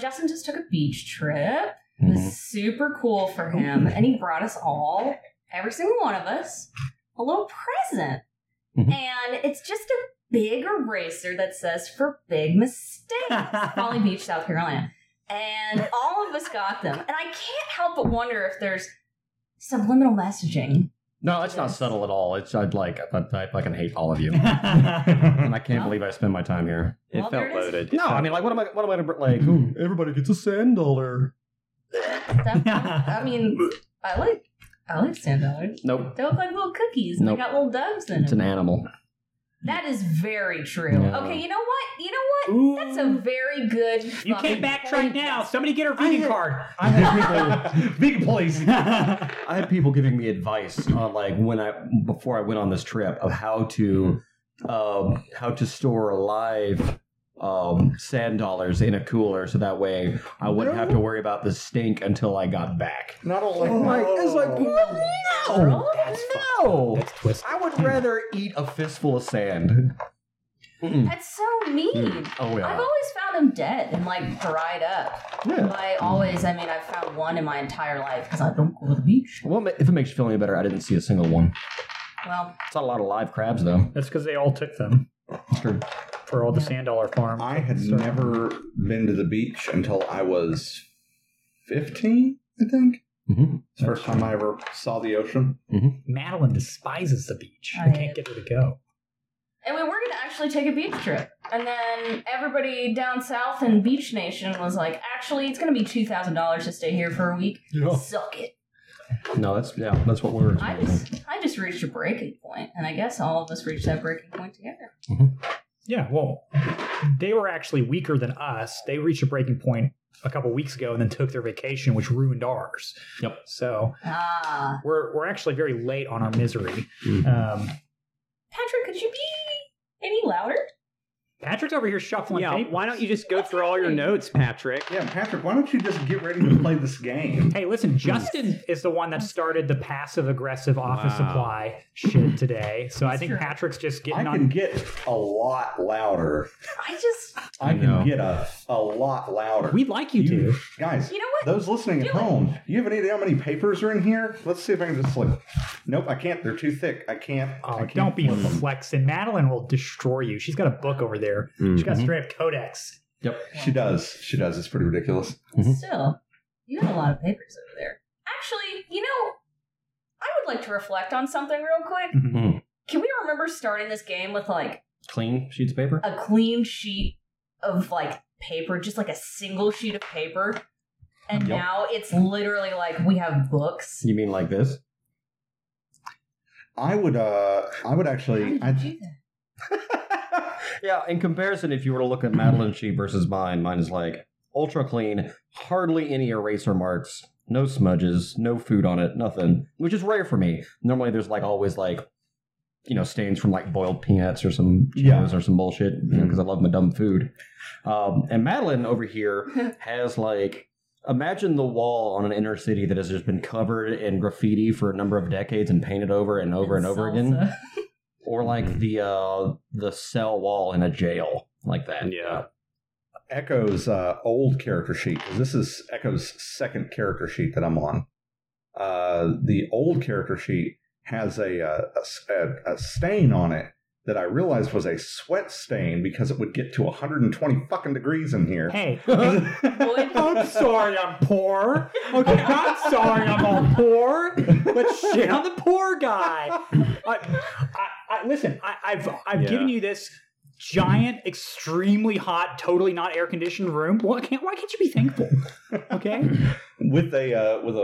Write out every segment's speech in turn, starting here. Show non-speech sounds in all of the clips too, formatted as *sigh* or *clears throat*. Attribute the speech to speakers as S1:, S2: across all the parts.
S1: Justin just took a beach trip. It
S2: Mm-hmm.
S1: was super cool for him. And he brought us all, every single one of us, a little present.
S2: Mm-hmm.
S3: Mhm.
S1: And it's just a big eraser that says for big
S2: *laughs*
S1: mistakes. Folly Beach, South Carolina. And all of us got them. And I can't help but wonder if there's subliminal messaging.
S2: No, it's not subtle at all. It's I'd like I, I fucking hate all *laughs* of you,
S3: it
S2: and I can't believe I spend my time here.
S1: Well, there
S3: felt
S1: it is.
S3: loaded.
S2: No, I mean like what am I? What am I gonna br- like? Ooh, everybody gets a sand dollar. *laughs*
S1: That- I mean, I like I like sand dollars.
S2: Nope,
S1: They look like little cookies. and They
S2: Nope.
S1: got little doves in
S2: it's an
S1: them.
S2: animal.
S1: That is very true.
S2: Yeah.
S1: Okay, you know what? You know what?
S3: Ooh.
S1: That's a very good.
S3: You
S1: fucking
S3: can't backtrack
S1: point.
S3: now. Somebody get her vegan card.
S2: *laughs* I had people, big police.
S4: *laughs*
S3: yeah.
S2: I had people giving me advice on like when I before I went on this trip of how to um, how to store live um, sand dollars in a cooler so that way I wouldn't have to worry about the stink until I got back.
S5: Not Oh. only
S2: I'm like, Oh it's
S4: Oh,
S2: like no,
S1: Girl?
S2: no.
S5: that's twist.
S2: I would rather eat a fistful of sand. Mm-mm.
S1: That's so mean.
S2: Oh
S1: I've
S2: yeah,
S1: always found them dead and like dried up.
S2: yeah.
S1: By always, I mean I've found one in my entire life because I don't go to the beach.
S2: Well, ma- if it makes you feel any better, I didn't see a single one.
S1: Well,
S2: It's not a lot of live crabs though.
S4: That's because they all took them
S2: It's true.
S4: for all the
S1: Yeah.
S4: sand dollar farm.
S5: I had
S4: Sorry.
S5: never been to the beach until I was 15, I think.
S2: Mhm.
S5: It's the first time I ever saw the ocean.
S4: Madeline despises the beach.
S1: I-
S4: I can't get her to go.
S1: and we were gonna actually take a beach trip, and then everybody down south in Beach Nation was like, "Actually, it's gonna be two thousand dollars to stay here for a week.
S2: Oh.
S1: Suck it."
S2: No, that's yeah, that's what we're.
S1: I just, I just reached a breaking point, and I guess all of us reached that breaking point together.
S4: Yeah, well, they were actually weaker than us. They reached a breaking point a couple weeks ago and then took their vacation, which ruined ours.
S2: Yep.
S4: So
S1: Ah,
S4: we're we're actually very late on our misery.
S5: Mm.
S2: Mhm.
S4: Um,
S1: Patrick, could you be any louder?
S4: Patrick's over here shuffling.
S6: Yeah,
S4: papers.
S6: why don't you just go through all your notes, Patrick?
S5: Yeah, Patrick, why don't you just get ready to play this game?
S4: Hey, listen, Justin is the one that started the passive aggressive office
S6: Wow.
S4: supply shit today. So I
S1: That's
S4: think
S1: true.
S4: Patrick's just
S5: I
S4: getting
S5: can
S4: on.
S5: get a lot louder.
S1: I just,
S5: I
S2: know.
S5: can get a, a lot louder.
S4: We'd like you to.
S5: Guys,
S1: you know what?
S5: those listening at
S1: Do it.
S5: home, you have any idea how many papers are in here? Let's see if I can just like. Nope, I can't. They're too thick. I can't. I
S4: Oh,
S5: can't
S4: don't be
S5: flip 'em.
S4: flexing. Madeline will destroy you. She's got a book over there.
S2: Mm-hmm.
S4: She's
S5: Mm-hmm.
S4: got straight up codex.
S5: She does. She does. It's pretty ridiculous.
S2: Mhm.
S1: Still, you have a lot of papers over there. Actually, you know, I would like to reflect on something real quick.
S5: Mm-hmm.
S1: Can we remember starting this game with like
S2: Clean sheets of paper.
S1: a clean sheet of like paper, just like a single sheet of paper? And
S2: Yep.
S1: now it's literally like we have books.
S2: You mean like this?
S5: I would. uh I would
S1: How did
S5: actually.
S1: you
S5: I,
S1: do that?
S2: yeah, in comparison, if you were to look at Madeline's sheet versus mine, mine is like ultra clean, hardly any eraser marks, no smudges, no food on it, nothing, which is rare for me. Normally, there's like always like, you know, stains from like boiled peanuts or some
S5: Yeah.
S2: Cheetos or some bullshit, you know, because I love my dumb food. Um, and Madeline over here has like. Imagine the wall on an inner city that has just been covered in graffiti for a number of decades and painted over and over and over again
S1: Salsa.
S2: or like the uh the cell wall in a jail like that
S6: Yeah.
S5: Echo's uh, old character sheet 'cause this is Echo's second character sheet that I'm on. Uh, the old character sheet has a, uh, a s- a- a stain on it that I realized was a sweat stain because it would get to 120 fucking degrees in here.
S4: Hey,
S5: *laughs*
S1: *laughs*
S4: I'm
S5: I'm
S4: sorry I'm poor. Okay, I'm sorry I'm all poor. But shit, I'm the poor guy. I, I, I, listen, I, I've I've
S6: Yeah.
S4: given you this giant, extremely hot, totally not air conditioned room. Why can't Why can't you be thankful? Okay,
S5: With a uh, with a,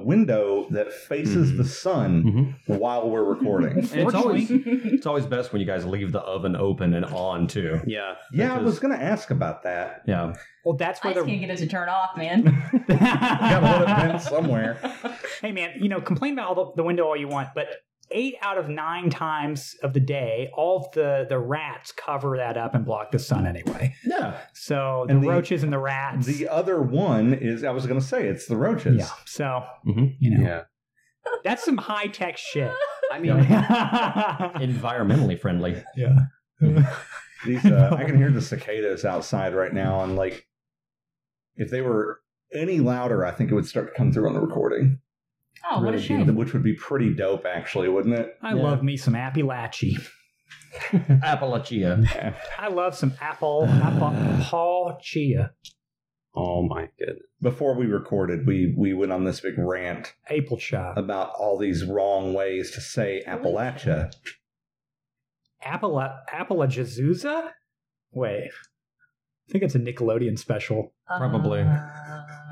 S5: uh window that faces the sun
S2: Mhm.
S5: while we're
S2: *laughs*
S5: recording.
S2: And it's
S1: *laughs*
S2: always
S4: Fortunately-
S2: *laughs* it's always best when you guys leave the oven open and on too
S6: Yeah.
S5: yeah, I
S2: Because-
S5: was gonna ask about that.
S2: yeah
S4: Well, that's
S1: I
S4: where the *laughs*
S1: just can't get it to turn off,
S2: *laughs*
S1: man.
S5: Gotta let it vent somewhere.
S4: hey man, you know, complain about all the, the window all you want, but eight out of nine times of the day, all of the the rats cover that up and block the sun anyway.
S2: yeah
S4: So the,
S5: And the-
S4: roaches and the rats.
S5: The other one is I was gonna say it's the roaches.
S4: yeah. So
S5: Mm-hmm.
S2: Mhm.
S4: you know,
S6: Yeah.
S4: that's some high tech shit.
S6: I mean,
S4: yeah.
S2: *laughs* environmentally friendly
S4: *laughs*
S5: These uh, I can hear the cicadas outside right now, and like If they were any louder, I think it would start to come through on the recording.
S1: Oh, what a
S4: Hmm.
S5: Really,
S1: shame.
S5: Which would be pretty dope, actually, wouldn't it?
S4: I
S2: Yeah.
S4: love me some Appalachia.
S2: Appalachia.
S4: I love some apple,
S5: *sighs*
S4: apple, Paul Chia,
S6: Oh my goodness.
S5: Before we recorded, we we went on this big rant
S4: apple shop,
S5: about all these wrong ways to say Appalachia.
S4: apple, apple Jezusa. Wait, I think it's a Nickelodeon special.
S2: Probably.
S1: Uh,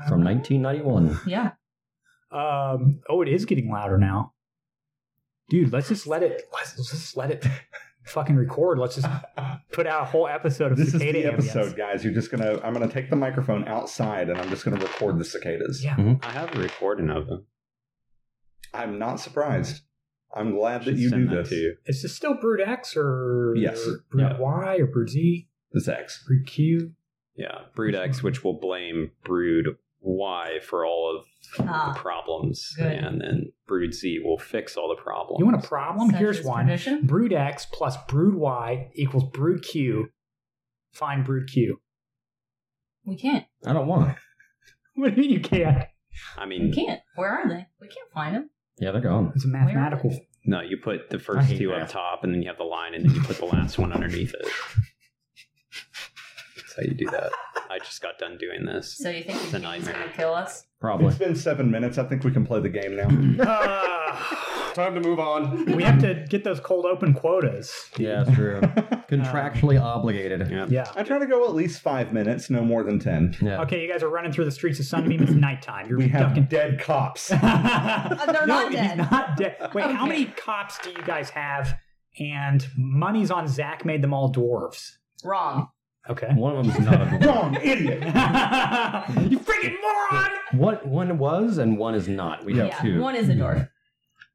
S2: From 1991.
S1: Yeah.
S4: Um, oh, it is getting louder now, dude. Let's just let it. Let's, let's just let it fucking record. Let's just put out a whole episode of
S5: This is
S4: cicada
S5: the
S4: ambience.
S5: episode, guys. You're just gonna. I'm gonna take the microphone outside, and I'm just gonna record the cicadas.
S4: Yeah.
S6: I have a recording of them.
S5: I'm not surprised. I'm glad that
S6: Should
S5: you do
S6: send that
S5: this.
S6: to you.
S4: Is this still Brood X or
S5: Yes.
S4: or Brood
S6: Yeah.
S4: Y or Brood Z,
S5: It's X.
S4: Brood Q?
S6: Yeah, Brood X, which will blame Brood Y for all of the
S1: Ah,
S6: problems,
S1: good.
S6: and then Brood Z will fix all the problems.
S4: You want a problem?
S1: such
S4: Here's
S1: is
S4: one.
S1: Tradition.
S4: Brood X plus Brood Y equals Brood Q. Find Brood Q. *laughs*
S1: We can't.
S2: I don't want it.
S4: What do you mean you can't?
S6: I
S1: We
S6: mean,
S1: can't. Where are they? We can't find them.
S2: Yeah, they're gone.
S4: It's a mathematical.
S6: no, you put the
S2: I
S6: first
S2: hate
S6: two up
S2: math.
S6: top, and then you have the line, and then you put the last one underneath it. That's how you do
S1: *laughs*
S6: that. I just got done doing this.
S1: So you think
S6: It's
S1: the
S6: a
S1: game's
S6: nightmare.
S1: going to kill us?
S2: Probably.
S5: *laughs* It's been seven minutes. I think we can play the game now.
S4: Ah,
S2: Time to move on.
S4: we have to get those cold open quotas.
S2: Yeah, it's *laughs* true. Contractually obligated.
S1: *laughs*
S6: Yeah.
S4: Yeah.
S5: I try to go at least five minutes, no more than ten.
S2: Yeah.
S4: Okay, you guys are running through the streets of Sunbeam. It's nighttime. You're
S5: We have
S4: ducking. *laughs*
S5: dead cops.
S1: Oh, they're
S4: they're
S1: not
S4: he's
S1: dead.
S4: not dead. Wait, how
S1: Okay.
S4: many cops do you guys have? And money's on Zach made them all dwarves.
S1: Wrong.
S2: *laughs*
S4: Okay.
S2: One of them's not a dwarf.
S5: Wrong idiot.
S4: you freaking moron!
S2: What one was and one is not. We have
S1: yeah.
S2: two.
S1: One is a *laughs* dwarf.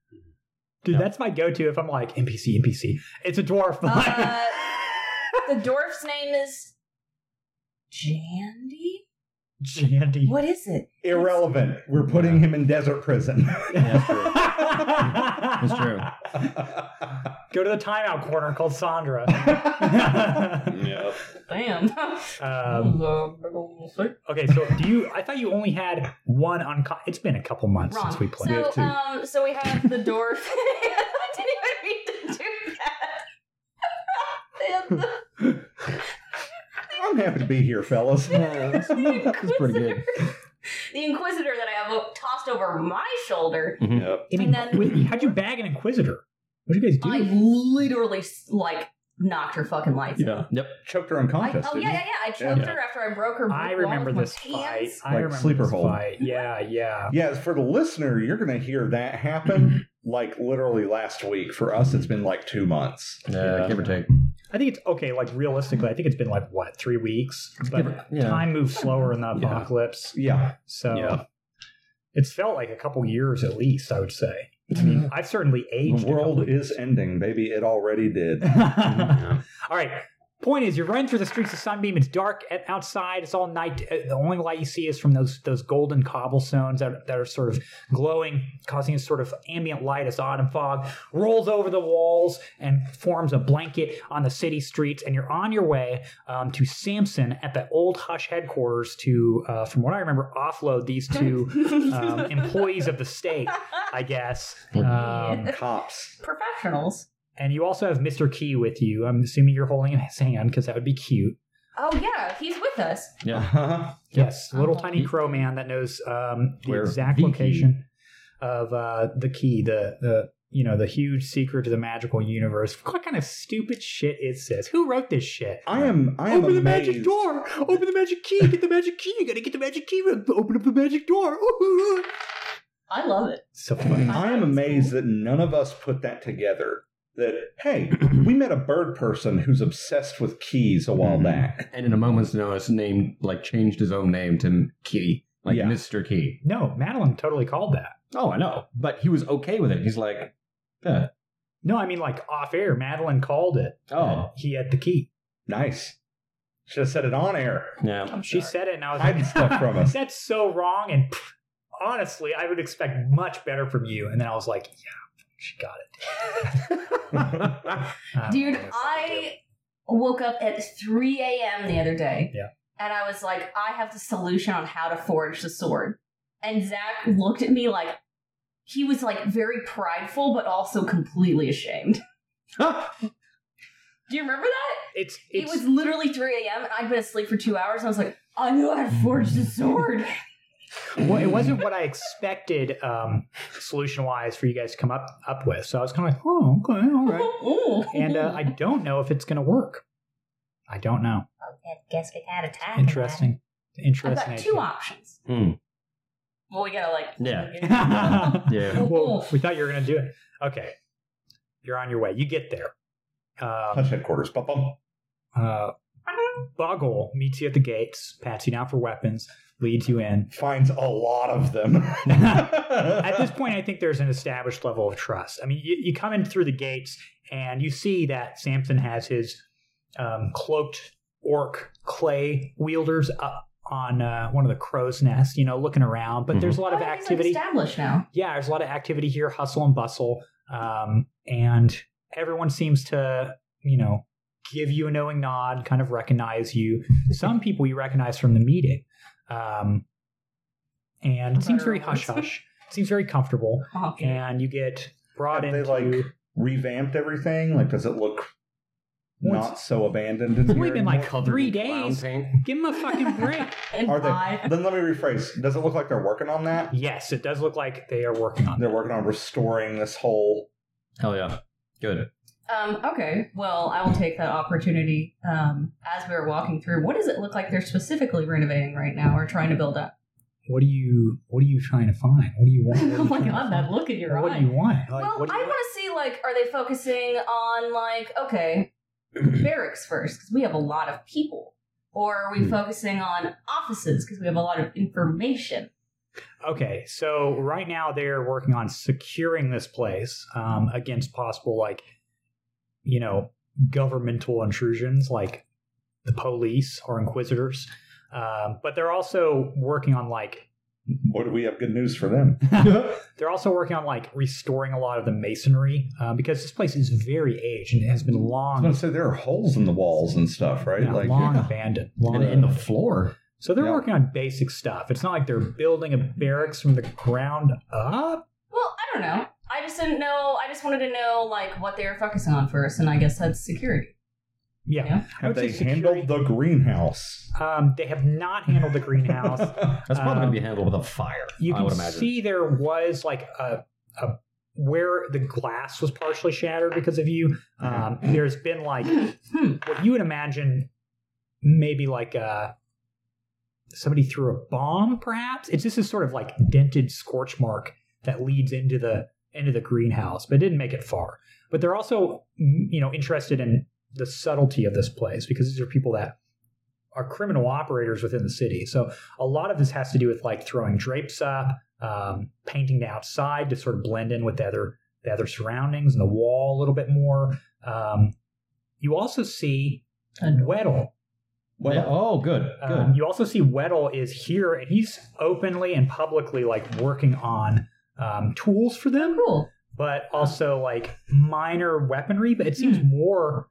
S4: *laughs* Dude, that's my go-to if I'm like NPC, NPC. It's a dwarf.
S1: Uh, the dwarf's name is Jandy.
S4: *laughs* Jandy.
S1: What is it?
S5: Irrelevant. We're putting him in desert prison. *laughs*
S2: Yeah, it's
S4: *laughs*
S2: true.
S4: it's
S2: It's true.
S4: Go to the timeout corner called Sandra.
S6: Yeah.
S1: Damn.
S4: *laughs* um, okay, so do you? I thought you only had one on. Co- it's been a couple months
S1: Wrong.
S4: since we played.
S5: have two.
S1: So, um, so we have the dwarf. *laughs* I didn't even mean to do that. *laughs* They have the *laughs*
S5: I'm happy to be here, fellas.
S2: Yeah, that's, that was pretty good.
S1: the Inquisitor that I have tossed over my shoulder.
S4: An
S1: And then-
S4: inquis- how'd you bag an inquisitor? What did you guys do?
S1: I literally like knocked her fucking lights. out.
S5: Yeah.
S2: Yep.
S5: Choked her
S1: I,
S5: unconscious.
S1: oh
S5: didn't
S1: yeah,
S5: you?
S1: yeah, yeah. I choked
S5: Yeah.
S1: her after I broke her.
S4: I
S1: wall
S4: remember
S1: with my
S4: this fight.
S1: hands.
S4: I
S5: Like
S4: remember
S5: sleeper
S4: this
S5: hold.
S4: fight. Yeah, yeah.
S5: Yeah, for the listener, you're going to hear that happen like literally last week. For us, it's been like two months.
S2: Yeah, give or take.
S4: I think it's okay. Like realistically, I think it's been like what three weeks,
S2: Give
S4: but
S2: or- yeah.
S4: time moves slower in the
S6: Yeah.
S4: apocalypse.
S5: Yeah.
S4: So
S6: Yeah.
S4: it's felt like a couple years at least. I would say. I mean, I've certainly aged.
S5: The
S4: a couple
S5: world is ending, baby. It already did.
S4: *laughs* All
S6: Mm-hmm.
S4: right. Point is, you're running through the streets of Sunbeam. It's dark at- outside. It's all night. Uh, The only light you see is from those those golden cobblestones that, that are sort of glowing, causing a sort of ambient light as autumn fog rolls over the walls and forms a blanket on the city streets. And you're on your way um, to Samson at the old Hush headquarters to, uh, from what I remember, offload these
S1: *laughs*
S4: two um, employees of the state, I guess. Um,
S5: Cops.
S1: Professionals.
S4: and you also have Mr. Key with you. I'm assuming you're holding his hand because that would be cute.
S1: Oh yeah, he's with us.
S2: Yeah.
S5: Uh-huh.
S4: Yes, little
S1: Oh.
S4: tiny crow man that knows um, the
S2: Where
S4: exact
S5: E
S2: the key-
S4: location of uh, the key, the the you know the huge secret to the magical universe. What kind of stupid shit is this? Who wrote this shit?
S5: I am. I am
S4: Open the
S5: amazed.
S4: magic door. Open the magic key. Get the magic key. You gotta get the magic key. Open up the magic door. Ooh.
S1: I love it.
S4: So funny.
S5: I am amazed that none of us put that together. That hey, we met a bird person who's obsessed with keys a while
S2: Mhm.
S5: back.
S2: And in a moment's notice, named like changed his own name to Key, like
S5: Yeah.
S2: Mr. Key.
S4: No, Madeline totally called that.
S2: Oh, I know, but he was okay with it. He's like, yeah.
S4: No, I mean like off air. Madeline called it.
S2: oh,
S4: He had the key.
S5: Nice. Should have said it on air.
S2: *laughs* yeah,
S4: She said it, and I was
S5: Hiding
S4: like, *laughs*
S5: stuff from us.
S4: "That's so wrong." And pff, honestly, I would expect much better from you. And then I was like, "Yeah, she got Um, it,
S1: Dude,
S4: don't know what to
S1: I woke up at 3 a.m. the other day.
S4: Yeah.
S1: and I was like, I have the solution on how to forge the sword. And Zach looked at me like he was like very prideful, but also completely
S4: *laughs*
S1: ashamed. *laughs* Do you remember that?
S4: It's,
S1: it
S4: it's
S1: was literally 3 a.m. and I'd been asleep for two hours. And I was like, I knew how to forge the sword.
S4: well, it wasn't what I expected um, solution wise for you guys to come up up with. So I was kind of like, oh, okay, all *laughs* right.
S1: *laughs* Ooh.
S4: And uh, I don't know if it's going to work. I don't know.
S1: guess we had a time.
S4: Interesting.
S1: I've
S4: Interesting.
S1: got two options.
S2: Hmm.
S1: Well, *laughs* we gotta like.
S2: Yeah.
S4: *laughs*
S2: Yeah.
S4: well, we thought you were going to do it. Okay, you're on your way. You get there. Um,
S5: Touch headquarters. Bum, bum.
S4: uh, Boggle meets you at the gates, pats you down for weapons, leads you in.
S5: Finds a lot of them.
S4: at
S5: *laughs*
S4: this point, I think there's an established level of trust. I mean, you, you come in through the gates and you see that Samson has his um, cloaked orc clay wielders up on uh, one of the crow's nests, you know, looking around. But there's a lot of activity.
S1: established now.
S4: Yeah, there's a lot of activity here, hustle and bustle. Um, and everyone seems to, you know, give you a knowing nod, kind of recognize you. Some people you recognize from the meeting. Um, and it seems very hush hush. It seems very comfortable.
S1: Okay.
S4: And you get brought
S5: Have
S4: in.
S5: they,
S4: into.
S5: like, Revamped everything. Like, does it look
S4: Well,
S5: not so abandoned? in
S4: it's only
S5: here
S4: been like
S5: anymore?
S2: Covered
S4: three
S2: in clown
S4: days.
S2: paint.
S4: Give them a fucking break.
S1: And
S5: Are
S1: I-
S5: they? Then let me rephrase. Does it look like they're working on that?
S4: yes, it does look like they are working on
S5: They're
S4: it.
S5: working on restoring this whole.
S2: Hell yeah. Good.
S1: Um, okay. Well, I will take that opportunity. Um, as we were walking through, what does it look like they're specifically renovating right now or trying to build up? *laughs*
S4: What do you? What are you trying to find? What do you want? What are
S1: oh
S4: you
S1: my
S4: trying to
S1: god,
S4: find?
S1: that look in your
S4: What
S1: eye.
S4: do you want? Like,
S1: well,
S4: what do you
S1: I
S4: want?
S1: want to see like, are they focusing on like,
S4: *clears throat*
S1: okay, barracks first because we have a lot of people, or are we
S2: Hmm.
S1: focusing on offices because we have a lot of information?
S4: Okay, so right now they're working on securing this place um, against possible, like, you know, governmental intrusions, like the police or inquisitors. Um, but they're also working on like
S5: What do we have good news for them?
S4: *laughs* they're also working on like restoring a lot of the masonry uh, because this place is very aged and has been
S5: I was
S4: long,
S5: gonna say there are holes in the walls and stuff, right?
S4: yeah, long
S2: yeah.
S4: abandoned, long
S2: And in the floor.
S4: So they're
S5: Yeah.
S4: working on basic stuff. It's not like they're building a barracks from the ground up.
S1: Well, I don't know. I just didn't know. I just wanted to know like what they were focusing on first, and I guess that's security.
S4: Yeah.
S1: Yeah.
S4: I
S5: have
S4: would
S5: they
S4: say
S5: handled
S4: security-
S5: the greenhouse?
S4: Um, they have not handled the
S2: *laughs*
S4: greenhouse.
S2: That's probably
S4: Um,
S2: going to be handled with a fire,
S4: You
S2: I
S4: can
S2: would imagine.
S4: see there was like a, a where the glass was partially shattered because of you. Um,
S2: Mm-hmm.
S4: there's been like
S1: Hmm.
S4: what you would imagine, maybe like uh somebody threw a bomb. Perhaps it's just this sort of like dented scorch mark that leads into the into the greenhouse, but it didn't make it far. But they're also mm, you know interested in the subtlety of this place because these are people that are criminal operators within the city. So a lot of this has to do with like throwing drapes up, um, painting the outside to sort of blend in with the other the other surroundings and the wall a little bit more. Um, you also see Weddle.
S2: Well,
S5: Well,
S2: oh, good. Good.
S4: Um, you also see Weddle is here and he's openly and publicly like working on um, tools for them
S1: Cool.
S4: but also like minor weaponry. But it seems more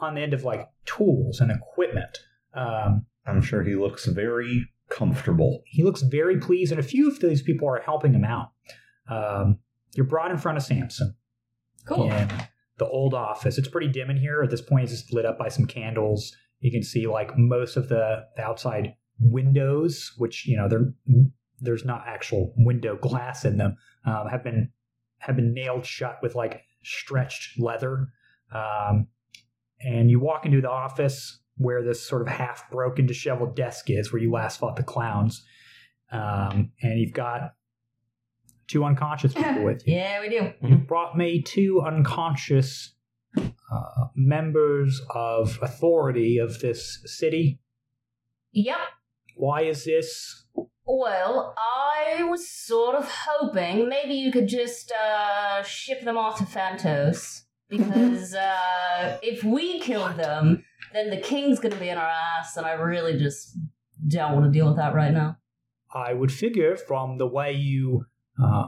S4: on the end of like tools and equipment. Um,
S5: *laughs* I'm sure he looks very comfortable.
S4: he looks very pleased, and a few of these people are helping him out. Um, you're brought in front of Samson
S1: Cool.
S4: in the old office. It's pretty dim in here at this point. It's just lit up by some candles. You can see like most of the the outside windows, which you know they're there's not actual window glass in them, um, have been have been nailed shut with like stretched leather. Um, and you walk into the office where this sort of half broken, disheveled desk is, where you last fought the clowns. Um, and you've got two unconscious people with you
S1: Yeah, we do.
S4: you've brought me two unconscious uh, members of authority of this city.
S1: Yep.
S4: Why is this?
S1: Well, I was sort of hoping maybe you could just uh, ship them off to
S5: *laughs*
S1: Phantos. Because uh, if we kill them, then the king's going to be in our ass, and I really just don't want to deal with that right now.
S4: I would figure from the way you uh,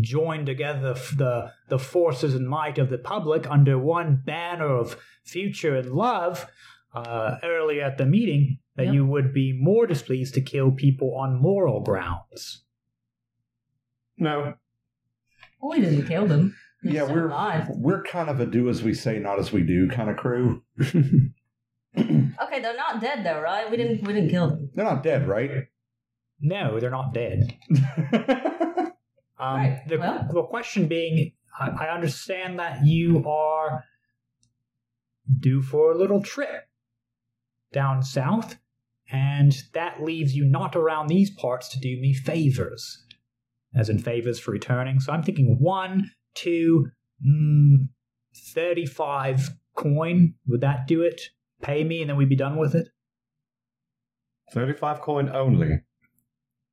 S4: join together f- the the forces and might of the public under one banner of future and love. uh, earlier at the meeting that
S1: Yeah.
S4: you would be more displeased to kill people on moral grounds.
S5: No.
S1: Well, we didn't kill them. They're
S5: Yeah,
S1: still
S5: we're
S1: alive.
S5: we're kind of a do as we say, not as we do kind of crew.
S1: Okay, they're not dead though, right? We didn't we didn't kill them.
S5: They're not dead, right? *laughs*
S4: No, they're not dead. Um,
S1: Right,
S4: the,
S1: well.
S4: the question being, I, I understand that you are due for a little trip down south, and that leaves you not around these parts to do me favors, as in favors for returning. So I'm thinking one, two, mm, 35 coin. Would that do it? Pay me, and then we'd be done with it?
S2: 35 coin only.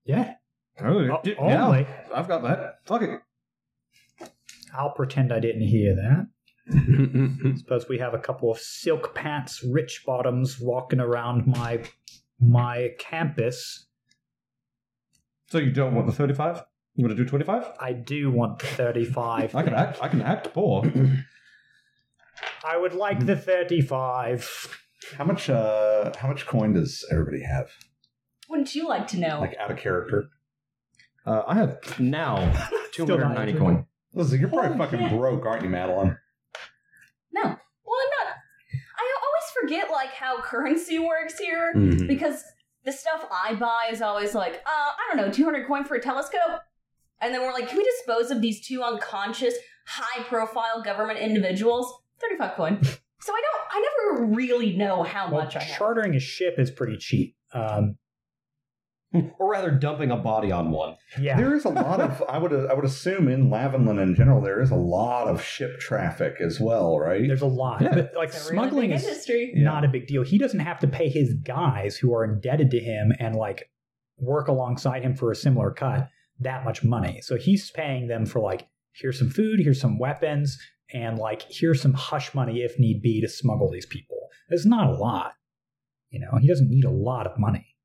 S4: Yeah.
S2: Oh,
S4: O-
S2: d- yeah,
S4: only.
S2: I've got that. Fuck it.
S4: I'll pretend I didn't hear that.
S6: That's
S4: Suppose we have a couple of silk pants, rich bottoms walking around my my campus.
S2: So you don't want the 35? You want to do 25?
S4: I do want the thirty-five.
S2: I can act. I can act poor.
S4: I would like the thirty-five.
S5: How much uh how much coin does everybody have?
S1: Wouldn't you like to know?
S5: Like out of character?
S2: Uh, I have *laughs* now
S4: Still not
S2: 290
S4: included.
S2: coin.
S5: Listen, you're probably
S1: Holy
S5: fucking
S1: shit.
S5: broke, aren't you, Madeline?
S1: no. Well, I'm not. I always forget like how currency works here
S4: Hmm.
S6: Mhm.
S1: because the stuff I buy is always like, uh, I don't know, 200 coin for a telescope. And then we're like, can we dispose of these two unconscious, high-profile government individuals? 35 coin. So I don't. I never really know how
S4: Well,
S1: much I have.
S4: chartering a ship is pretty cheap. Um,
S2: Or rather, dumping a body on one.
S4: yeah,
S5: There is a lot of I would I would assume in Lavinland in general there is a lot of ship traffic as well, right?
S4: there's a lot,
S2: Yeah.
S4: but like
S1: It's a really
S4: smuggling
S1: big
S4: is
S1: industry.
S5: Yeah.
S4: not a big deal. He doesn't have to pay his guys who are indebted to him and like work alongside him for a similar cut that much money. So he's paying them for like, here's some food, here's some weapons, and like, here's some hush money if need be to smuggle these people. It's not a lot. You know, he doesn't need a lot of money.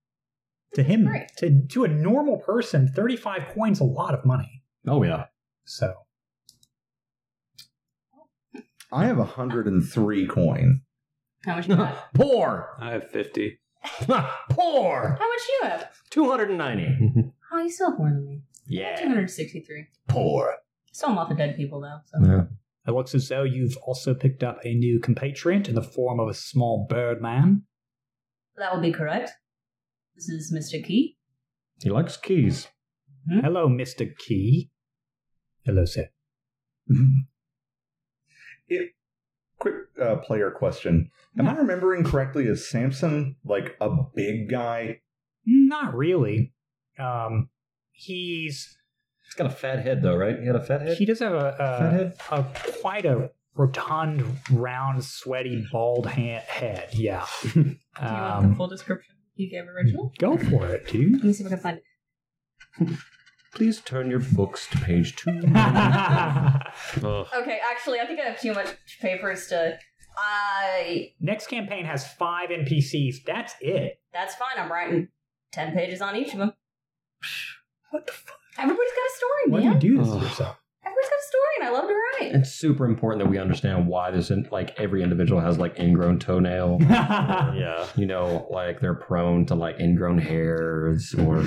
S4: To him,
S1: Right.
S4: to, to a normal person, 35 coins a lot of money.
S2: Oh *laughs* yeah.
S4: So
S5: I have 103 coin.
S1: How much you got?
S2: *laughs* poor.
S6: I have 50.
S2: *laughs* poor.
S1: How much you have?
S2: 290.
S1: Oh, you still have more than me.
S2: Yeah.
S1: 263.
S2: Poor.
S1: Still I'm off the dead people though. So.
S4: it looks as though you've also picked up a new compatriot in the form of a small bird man.
S1: That would be correct. This is Mr. Key.
S2: He likes keys.
S4: Hello, Mr. Key. Hello, sir.
S5: Mm-hmm. It, quick uh, player question. Am I remembering correctly? Is Samson like a big guy?
S4: Not really. Um, he's
S2: He's got a fat head though, right? He had a fat head.
S4: he does have a,
S2: Fathead?
S4: a, a quite a rotund, round, sweaty, bald ha- head. Yeah.
S1: *laughs* Do you want the
S4: Um, hmm.
S1: full description you gave original?
S4: go for it, dude.
S1: Let me see if I can find it.
S2: Please turn your books to page two.
S1: Okay, actually, I think I have too much papers to. I.
S4: *laughs* Next campaign has five NPCs. That's it.
S1: That's fine. I'm writing ten pages on each of them. What the fuck? Everybody's got a
S4: Why
S1: story, man.
S4: do you do this to
S6: Ugh.
S4: yourself?
S1: Everybody's got a story, and I love to write.
S2: it's super important that we understand why this, in, like, every individual has like ingrown toenail. *laughs*
S6: Yeah.
S2: you know, like they're prone to like ingrown hairs or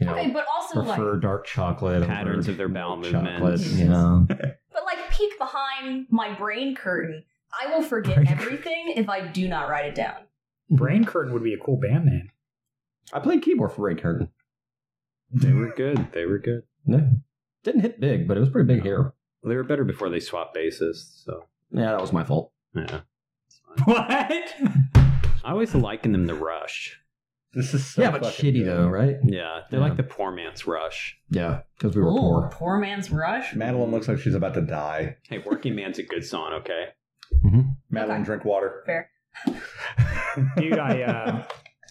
S2: you know
S1: Okay, but also like,
S2: prefer dark chocolate over
S6: Patterns of their bowel
S2: milk
S6: movements.
S2: You know,
S1: but like, peek behind my brain curtain. I will forget
S4: Brain
S1: everything if I do not write it down.
S4: *laughs* Brain Curtain would be a cool band *laughs* name.
S2: I played keyboard for Ray Curtin.
S6: They were good. They were good.
S2: No, didn't hit big, but it was pretty big here.
S6: Well, they were better before they swapped bases. So,
S2: Yeah, that was my fault.
S6: yeah.
S4: What?
S6: I always liken them to Rush.
S5: This is so
S2: yeah, but
S5: fucking
S2: shitty
S5: good.
S2: though, right?
S6: Yeah. They're
S2: Yeah.
S6: like the poor man's Rush.
S2: Yeah, because we were poor.
S1: poor man's rush.
S5: Madeline looks like she's about to die.
S6: Hey, Working Man's a good song, okay?
S5: Madeline,
S1: Okay.
S5: drink water. *laughs*
S1: Fair.
S4: dude i uh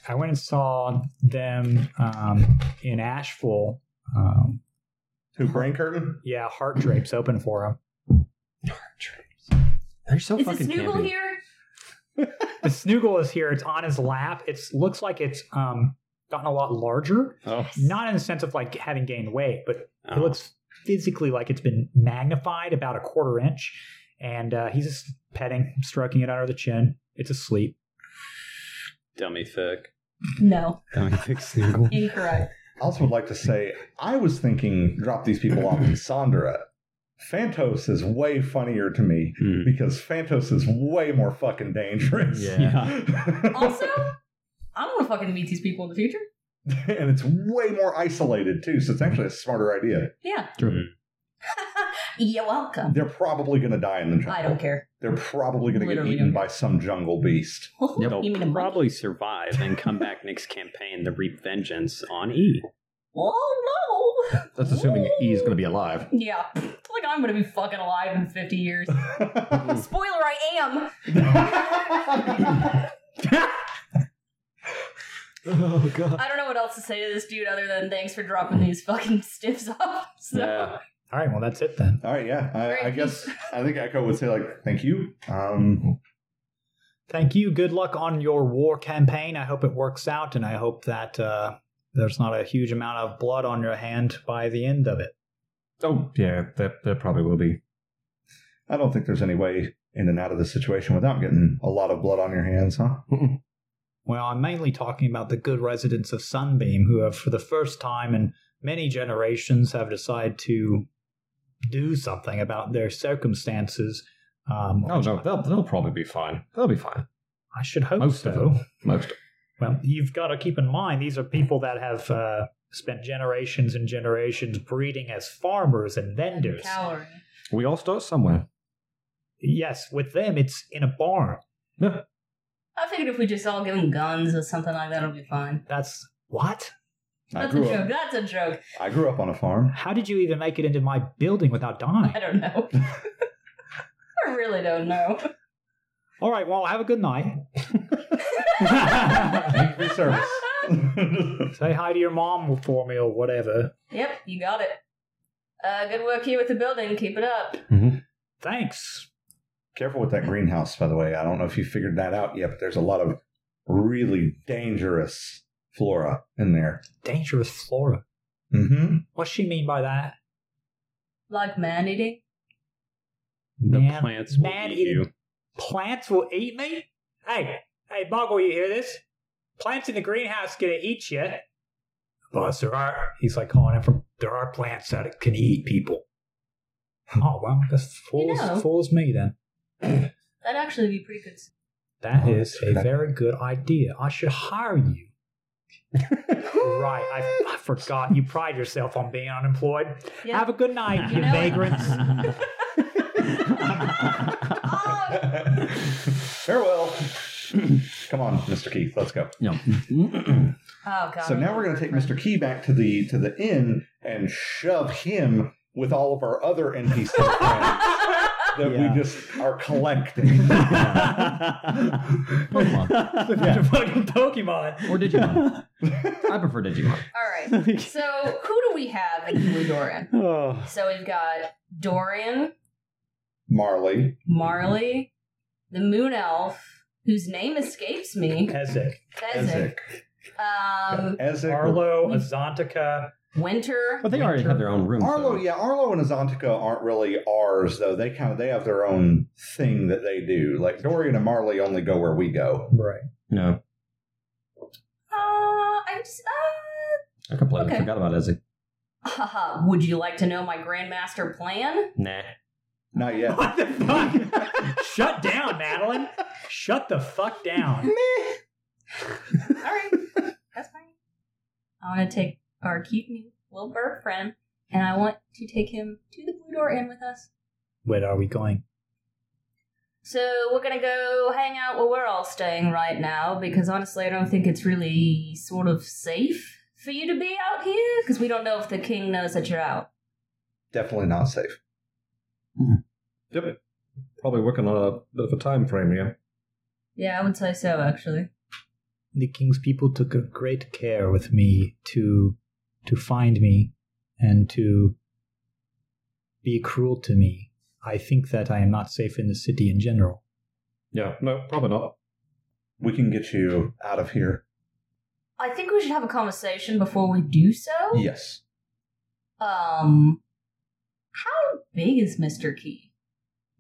S4: i went and saw them um in asheville um
S5: Who brain curtain?
S4: yeah heart drapes open for them
S2: They're so
S1: Is
S2: fucking
S1: this Snoogle
S2: campy.
S1: here?
S4: the snoogle is here it's on his lap it's looks like it's um gotten a lot larger
S6: Oh.
S4: not in the sense of like having gained weight but it
S6: Oh.
S4: looks physically like it's been magnified about a quarter inch and uh he's just petting stroking it under the chin it's asleep
S6: Um, Dummy thick.
S1: No,
S6: Dummy thick Snoogle.
S1: incorrect.
S5: I also would like to say I was thinking drop these people off in Sondra. Phantos is way funnier to me because Phantos is way more fucking dangerous.
S1: Also, I want to fucking meet these people in the future.
S5: *laughs* and it's way more isolated too, so it's actually a smarter idea.
S1: Yeah.
S6: True.
S1: *laughs* You're welcome.
S5: They're probably going to die in the jungle.
S1: I don't care. *laughs*
S5: They're probably going to get
S1: Literally
S5: eaten
S1: don't
S5: by some jungle
S1: *laughs*
S5: beast. *laughs*
S1: you mean a
S6: They'll
S1: monkey?
S6: probably survive and come back next campaign to reap vengeance on E.
S1: Oh
S5: *laughs*
S1: no.
S2: *laughs* That's assuming E is going to
S1: *laughs*
S2: be alive.
S1: Yeah. Like I'm gonna be fucking alive in 50
S5: *laughs*
S1: years. Spoiler, I am.
S4: Oh god.
S1: I don't know what else to say to this dude other than thanks for dropping these fucking *laughs* stiffs off. So
S6: Yeah.
S4: All right, well that's it then.
S5: All right, yeah.
S1: Great.
S5: I, I guess I think Echo would say like, "Thank you." Um,
S4: Thank you. Good luck on your war campaign. I hope it works out, and I hope that uh, there's not a huge amount of blood on your hand by the end of it.
S2: Oh, yeah, that, that probably will be.
S5: I don't think there's any way in and out of the situation without getting a lot of blood on your hands, huh?
S4: Well, I'm mainly talking about the good residents of Sunbeam who have, for the first time in many generations, have decided to do something about their circumstances. Um,
S2: Oh, no, they'll, they'll probably be fine. They'll be fine.
S4: I should hope
S2: Most
S4: so.
S2: of them. Most.
S4: Well, you've got to keep in mind these are people that have uh, spent generations and generations breeding as farmers and vendors.
S1: Coward.
S2: We all start somewhere.
S4: Yes, with them, it's in a barn.
S1: I figured if we just all give him guns or something like that, it'll be fine.
S4: That's what?
S5: I
S1: That's a
S5: grew
S1: joke.
S5: up.
S1: That's a joke. *laughs*
S5: I grew up on a farm.
S4: How did you even make it into my building
S1: *laughs*
S4: without dying?
S1: I don't know. I really don't know. *laughs*
S4: All right, well, have a good night.
S5: Thank you for your
S1: *laughs*
S5: service.
S4: Say hi to your mom for me or whatever.
S1: Yep, you got it. Uh, good work here with the building. Keep it up.
S4: Thanks.
S5: Careful with that greenhouse, by the way. I don't know if you figured that out yet, but there's a lot of really dangerous flora in there.
S4: Dangerous Flora.
S1: *laughs*
S5: Mm-hmm.
S4: What's she mean by that?
S1: Like man eating?
S6: The
S4: Man-
S6: plants will
S4: man
S6: eat
S4: eating-
S6: you.
S4: Plants will eat me? Hey, hey, Boggle, you hear this? Plants in the greenhouse gonna eat you. Boss, there are. He's like calling out from. There are plants that can eat people.
S6: Hmm.
S4: Oh well, that's fools
S1: know.
S4: fools me then.
S1: That'd actually be pretty good.
S4: That
S5: Oh,
S4: is a
S5: that's-
S4: very good idea. I should hire you. right, I, I forgot. You pride yourself on being unemployed.
S1: Yeah.
S4: Have a good night,
S1: You
S4: you
S1: know- *laughs*
S4: vagrants. *laughs*
S5: *laughs*
S1: Oh,
S5: Farewell. Come on, Mr. Keith, let's go.
S2: No.
S1: oh god.
S5: so now we're going to
S1: *laughs*
S5: take Mr. Key back to the to the inn and shove him with all of our other NPC friends that
S4: Yeah.
S5: we just are *laughs* collecting.
S4: bunch of fucking Pokemon.
S1: *laughs*
S2: or Digimon. I prefer Digimon.
S1: All right. So who do we have in Blue Dorian?
S6: Oh.
S1: So we've got Dorian,
S5: Marley,
S1: Marley, the Moon Elf, whose name escapes me,
S4: Ezek,
S1: Fezzik,
S5: Ezek,
S1: um,
S5: Ezek, or-
S4: Arlo, Azantica.
S1: Winter.
S2: But they already have their own room.
S5: Arlo. Yeah, Arlo and Azantica aren't really ours though. They kind of they have their own thing that they do. Like Dorian and Marley only go where we go.
S4: Right.
S2: No.
S1: Uh, I just, uh,
S2: I completely
S1: Okay.
S2: forgot about Ezzy.
S1: haha, would you like to know my grandmaster plan?
S2: Nah.
S5: Not *laughs* yet.
S4: What the fuck? Shut down, Madeline. Shut the fuck down.
S1: All right, that's fine. I want to take our cute new little bird friend, and I want to take him to the Blue Door Inn with us.
S4: Where are we going?
S1: So we're gonna go hang out where we're all staying right now because honestly, I don't think it's really sort of safe for you to be out here because we don't know if the king knows that you're out.
S5: Definitely not safe. Hmm.
S2: Yep. Probably working on a bit of a time frame, yeah.
S1: Yeah, I would say so actually.
S4: The king's people took a great care with me to to find me and to be cruel to me. I think that I am not safe in the city in general.
S2: Yeah, no, probably not.
S5: We can get you out of here.
S1: I think we should have a conversation before we do so.
S5: Yes.
S1: Um, how big is Mister Key?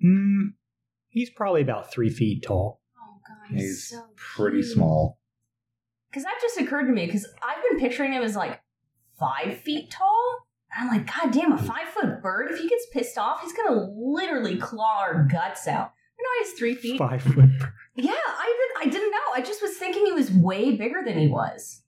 S4: Hmm, Mm, he's probably about three feet tall.
S1: Oh god,
S5: He's pretty small.
S1: Because that just occurred to me, because I've been picturing him as like five feet tall. And I'm like, God damn, a five foot bird, if he gets pissed off, he's going to literally claw our guts out. You know, he's three feet.
S4: Five foot.
S1: Yeah, I, did, I didn't know. I just was thinking he was way bigger than he was.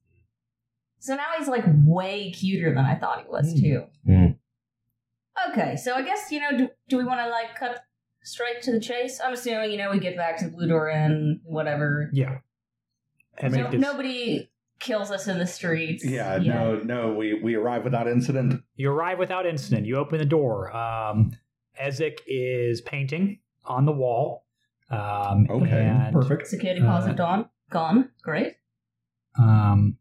S1: So now he's like way cuter than I thought he was,
S2: Hmm.
S1: too.
S2: Hmm.
S1: Okay, so I guess, you know, do, do we want to like cut straight to the chase? I'm assuming, you know, we get back to Blue Door Inn, whatever.
S4: Yeah. And
S1: So
S4: make this-
S1: nobody kills us in the streets.
S5: Yeah, no, no, we we arrive without incident.
S4: You arrive without incident. You open the door. Um, Ezek is painting on the wall. Um,
S5: Okay,
S4: and,
S2: Perfect.
S1: Security
S5: Uh,
S1: calls at dawn. Gone. Great.
S4: Um,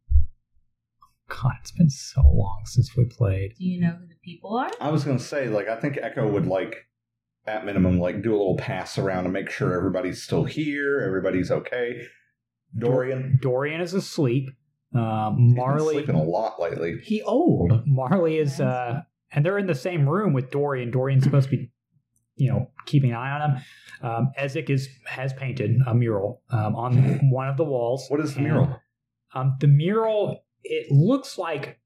S4: God, it's been so long since we played.
S1: Do you know who the people are?
S5: I was gonna say, like, I think Echo would like at minimum like do a little pass around and make sure everybody's still here, everybody's okay. Dorian
S4: Dorian is asleep. Um,
S5: he's been
S4: Marley,
S5: sleeping a lot lately.
S3: He old.
S4: Marley is, uh, and they're in the same room with Dorian. Dorian's supposed to be, you know, keeping an eye on him. Um, Ezek is has painted a mural um, on one of the walls.
S5: What is the
S4: And,
S5: mural?
S4: Um, the mural it looks like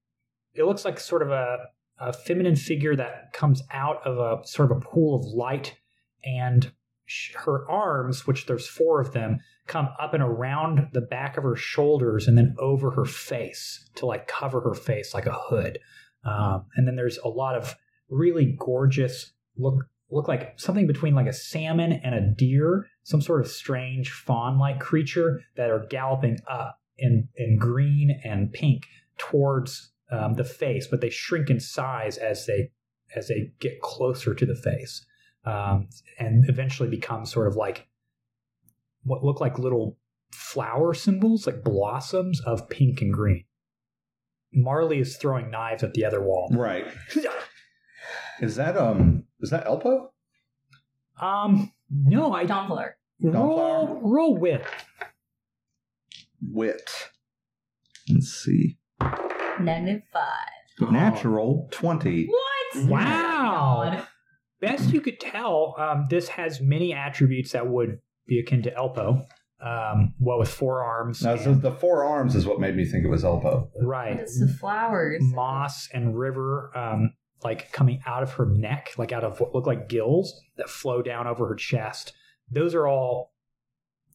S4: it looks like sort of a, a feminine figure that comes out of a sort of a pool of light, and sh- her arms, which there's four of them, come up and around the back of her shoulders and then over her face to like cover her face like a hood. Um, and then there's a lot of really gorgeous look look like something between like a salmon and a deer, some sort of strange fawn like creature that are galloping up in in green and pink towards um, the face, but they shrink in size as they as they get closer to the face, um, and eventually become sort of like what look like little flower symbols, like blossoms of pink and green. Marley is throwing knives at the other wall.
S5: *laughs* Right. Is that um is that Elpo?
S4: Um, no, I
S1: Dawn Fleur.
S4: roll roll wit.
S5: Wit. Let's see.
S1: Negative five.
S5: Oh. Natural twenty.
S1: What?
S4: Wow.
S1: God.
S4: Best you could tell, um, this has many attributes that would be akin to Elpo. Um, well, with four arms,
S5: Now, so
S4: and-
S5: the four arms is what made me think it was Elpo.
S4: right?
S1: It's the flowers.
S4: Moss and river, um, like coming out of her neck, like out of what look like gills that flow down over her chest. Those are all